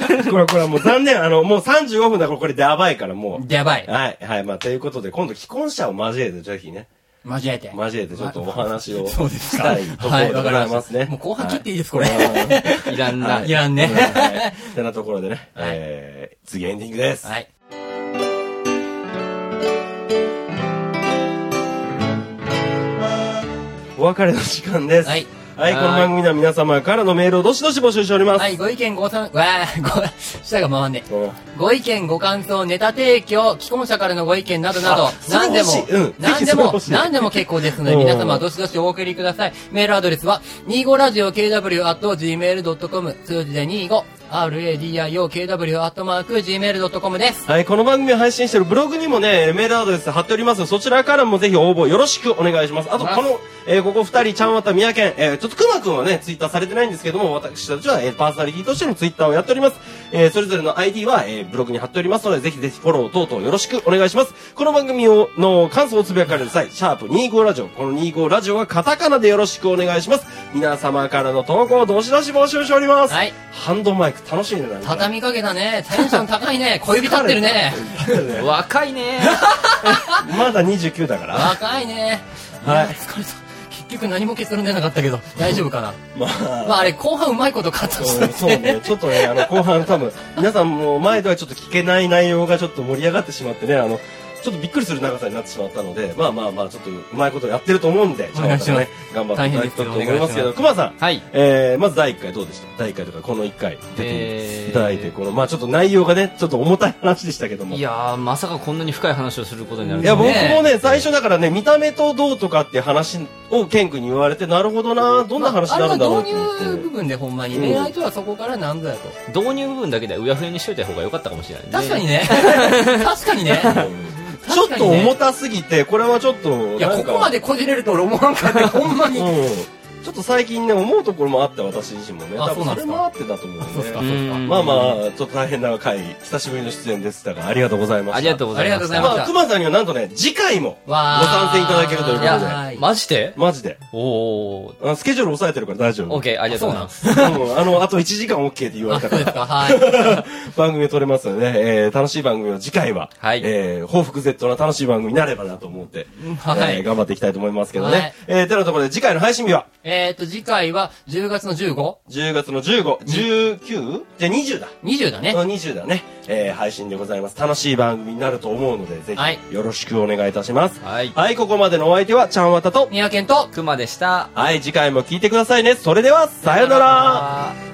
[SPEAKER 3] ら。
[SPEAKER 1] う。これ、これはもう残念。あの、もう35分だから、これでやばいから、もう。
[SPEAKER 2] やばい。
[SPEAKER 1] はい、はい、まあ、ということで、今度、既婚者を交えて、ぜひね、
[SPEAKER 2] 交えて。
[SPEAKER 1] 交えて、ちょっとお話を
[SPEAKER 2] そうで
[SPEAKER 1] し
[SPEAKER 2] すか。
[SPEAKER 1] たいところ
[SPEAKER 2] はい、
[SPEAKER 1] で
[SPEAKER 2] わ
[SPEAKER 1] ご
[SPEAKER 2] かり
[SPEAKER 1] ざい
[SPEAKER 2] ま
[SPEAKER 1] ま
[SPEAKER 2] し
[SPEAKER 1] すね。
[SPEAKER 2] た。もう後半切っていいです、こ
[SPEAKER 1] は
[SPEAKER 2] れ
[SPEAKER 1] い。
[SPEAKER 3] いらんな。
[SPEAKER 2] (laughs) いらん
[SPEAKER 1] うん
[SPEAKER 2] ね。
[SPEAKER 1] はいってなところでね、
[SPEAKER 2] はい
[SPEAKER 1] えー、次エンディングです。
[SPEAKER 2] (laughs) はい。
[SPEAKER 1] お別れの時間です。
[SPEAKER 2] はい。
[SPEAKER 1] はい、この番組では皆様からのメールをどしどし募集しております。
[SPEAKER 2] はい、ご意見ご参、わあ、ご、下が回んね。
[SPEAKER 1] うん
[SPEAKER 2] ご意見、ご感想、ネタ提供、既婚者からのご意見などなど
[SPEAKER 1] あ、それ
[SPEAKER 2] 何でも
[SPEAKER 1] 欲しいうん、
[SPEAKER 2] 何
[SPEAKER 1] ぜひ
[SPEAKER 2] で
[SPEAKER 1] それ
[SPEAKER 2] も
[SPEAKER 1] 欲しい、
[SPEAKER 2] 何でも結構ですので、
[SPEAKER 1] うん
[SPEAKER 2] 皆様どしどしお送りください。メールアドレスは、25radio.kw.gmail.com、数字で 25radio.kw.gmail.com です。
[SPEAKER 1] はい、この番組を配信しているブログにもね、メールアドレス貼っております。そちらからもぜひ応募よろしくお願いします。あと、
[SPEAKER 2] はい
[SPEAKER 1] この、えーここ二人、ちゃんわたみやけん、えーちょっとくまくんはね、ツイッターされてないんですけども、私たちは、えーパーソナリティとしてのツイッターをやっております。えーそれぞれの ID は、えーブログに貼っておりますので、ぜひぜひフォロー等々よろしくお願いします。この番組を、の感想をつぶやかれる際、シャープ25ラジオ、この25ラジオはカタカナでよろしくお願いします。皆様からの投稿をどしどし募集しております。
[SPEAKER 2] はい
[SPEAKER 1] ハンドマイク楽しいね、なんか
[SPEAKER 2] 畳みかけたね、テンション高
[SPEAKER 1] (laughs)
[SPEAKER 2] いね、小指立ってるね。
[SPEAKER 3] 若いね。
[SPEAKER 1] まだ29だから。
[SPEAKER 2] 若いね。
[SPEAKER 1] はい
[SPEAKER 2] いや疲れた。結局何も結論出なかったけど、大丈夫かな。
[SPEAKER 1] まあ、
[SPEAKER 2] まああれ、後半うまいことカットし
[SPEAKER 1] う
[SPEAKER 2] た
[SPEAKER 1] んそうね、ちょっとね、あの、後半多分、皆さんも前ではちょっと聞けない内容がちょっと盛り上がってしまってね、あの、ちょっとびっくりする長さになってしまったので、まあまあまあ、ちょっとうまいことやってると思うんで、
[SPEAKER 2] お願いします
[SPEAKER 1] ね、頑張っていただきたいと思いますけど、
[SPEAKER 2] 大変ですけど
[SPEAKER 1] 熊さん、
[SPEAKER 3] はい。
[SPEAKER 1] えー、まず第1回どうでした第1回とか、この1回出ていただいて、
[SPEAKER 3] えー
[SPEAKER 1] この、まあちょっと内容がね、ちょっと重たい話でしたけども。
[SPEAKER 3] いやー、まさかこんなに深い話をすることになる
[SPEAKER 1] いや、
[SPEAKER 3] と
[SPEAKER 1] 僕
[SPEAKER 3] は
[SPEAKER 1] も
[SPEAKER 3] ね
[SPEAKER 2] ね
[SPEAKER 1] ね、最初だからね、見た目とどうとかって話をケン君に言われて、なるほどなどんな話になるんだろうって
[SPEAKER 2] まああれは
[SPEAKER 1] 思
[SPEAKER 2] 導入部
[SPEAKER 1] って。
[SPEAKER 2] 分でほんまに、
[SPEAKER 1] うん
[SPEAKER 2] 恋愛とはそこからなんぞやと。
[SPEAKER 3] 導入部分だけでうやふやにしといた方が良かったかもしれない
[SPEAKER 2] 確
[SPEAKER 3] ね。
[SPEAKER 2] かに
[SPEAKER 1] (laughs)
[SPEAKER 2] ね。確かにね。
[SPEAKER 1] うんちょっと重たすぎて、これはちょっと、
[SPEAKER 2] いや、
[SPEAKER 1] なん
[SPEAKER 2] こ
[SPEAKER 1] か
[SPEAKER 2] こまでこじれると俺思わんかった。ほんまに。
[SPEAKER 1] うんちょっと最近ね、思うところもあって、私自身もね。
[SPEAKER 2] あ
[SPEAKER 1] 多分
[SPEAKER 2] そうな
[SPEAKER 1] そ
[SPEAKER 2] んで
[SPEAKER 1] れ
[SPEAKER 2] すか
[SPEAKER 1] もあってだと思う
[SPEAKER 2] そうっすか、
[SPEAKER 1] ん
[SPEAKER 2] そう
[SPEAKER 1] で。
[SPEAKER 2] っすか。
[SPEAKER 3] うん
[SPEAKER 1] まあまあ、ちょっと大変な回、久しぶりの出演でしたが、ありがとうございました。
[SPEAKER 3] ありがとうございまし
[SPEAKER 2] ありがとうござい
[SPEAKER 3] た。
[SPEAKER 2] まし
[SPEAKER 1] まあ、熊さんにはなんとね、次回もご
[SPEAKER 2] わー
[SPEAKER 1] 参戦いただけるというこ
[SPEAKER 2] い
[SPEAKER 1] と
[SPEAKER 2] や
[SPEAKER 1] で、
[SPEAKER 2] はい
[SPEAKER 3] マジで
[SPEAKER 1] マジで。
[SPEAKER 3] おー。
[SPEAKER 1] あスケジュール抑えてるから大丈
[SPEAKER 3] オ
[SPEAKER 1] 夫
[SPEAKER 3] ッ。ケー、ありがとうございます。
[SPEAKER 1] うんあの、あと1時間 OK って言わ
[SPEAKER 2] あ
[SPEAKER 1] れた
[SPEAKER 2] そ
[SPEAKER 1] か
[SPEAKER 2] うです
[SPEAKER 1] ら。
[SPEAKER 2] か、はい。
[SPEAKER 1] (laughs) 番組を撮れますので、ねえー楽しい番組を次回は、
[SPEAKER 3] はい
[SPEAKER 1] えー報復 Z の楽しい番組になればなと思って、
[SPEAKER 2] はい
[SPEAKER 1] えー頑張っていきたいと思いますけどね。
[SPEAKER 2] はい
[SPEAKER 1] えー、てなところで次回の配信日は、
[SPEAKER 2] えっと、次回は10月の 15?20
[SPEAKER 1] 10月の15、19? じゃあ20だ。
[SPEAKER 2] だ
[SPEAKER 1] あ
[SPEAKER 2] ね。
[SPEAKER 1] 20だね、えー配信でございます。楽しい番組になると思うので、ぜ
[SPEAKER 2] はい
[SPEAKER 1] ひ、よろしくお願いいたします。
[SPEAKER 3] はい。
[SPEAKER 1] はい、ここまでのお相手は、ちゃんわたと、
[SPEAKER 2] 宮健と、
[SPEAKER 3] 熊でした。
[SPEAKER 1] はい、次回も聞いてくださいね。それでは、さよなら
[SPEAKER 3] ら。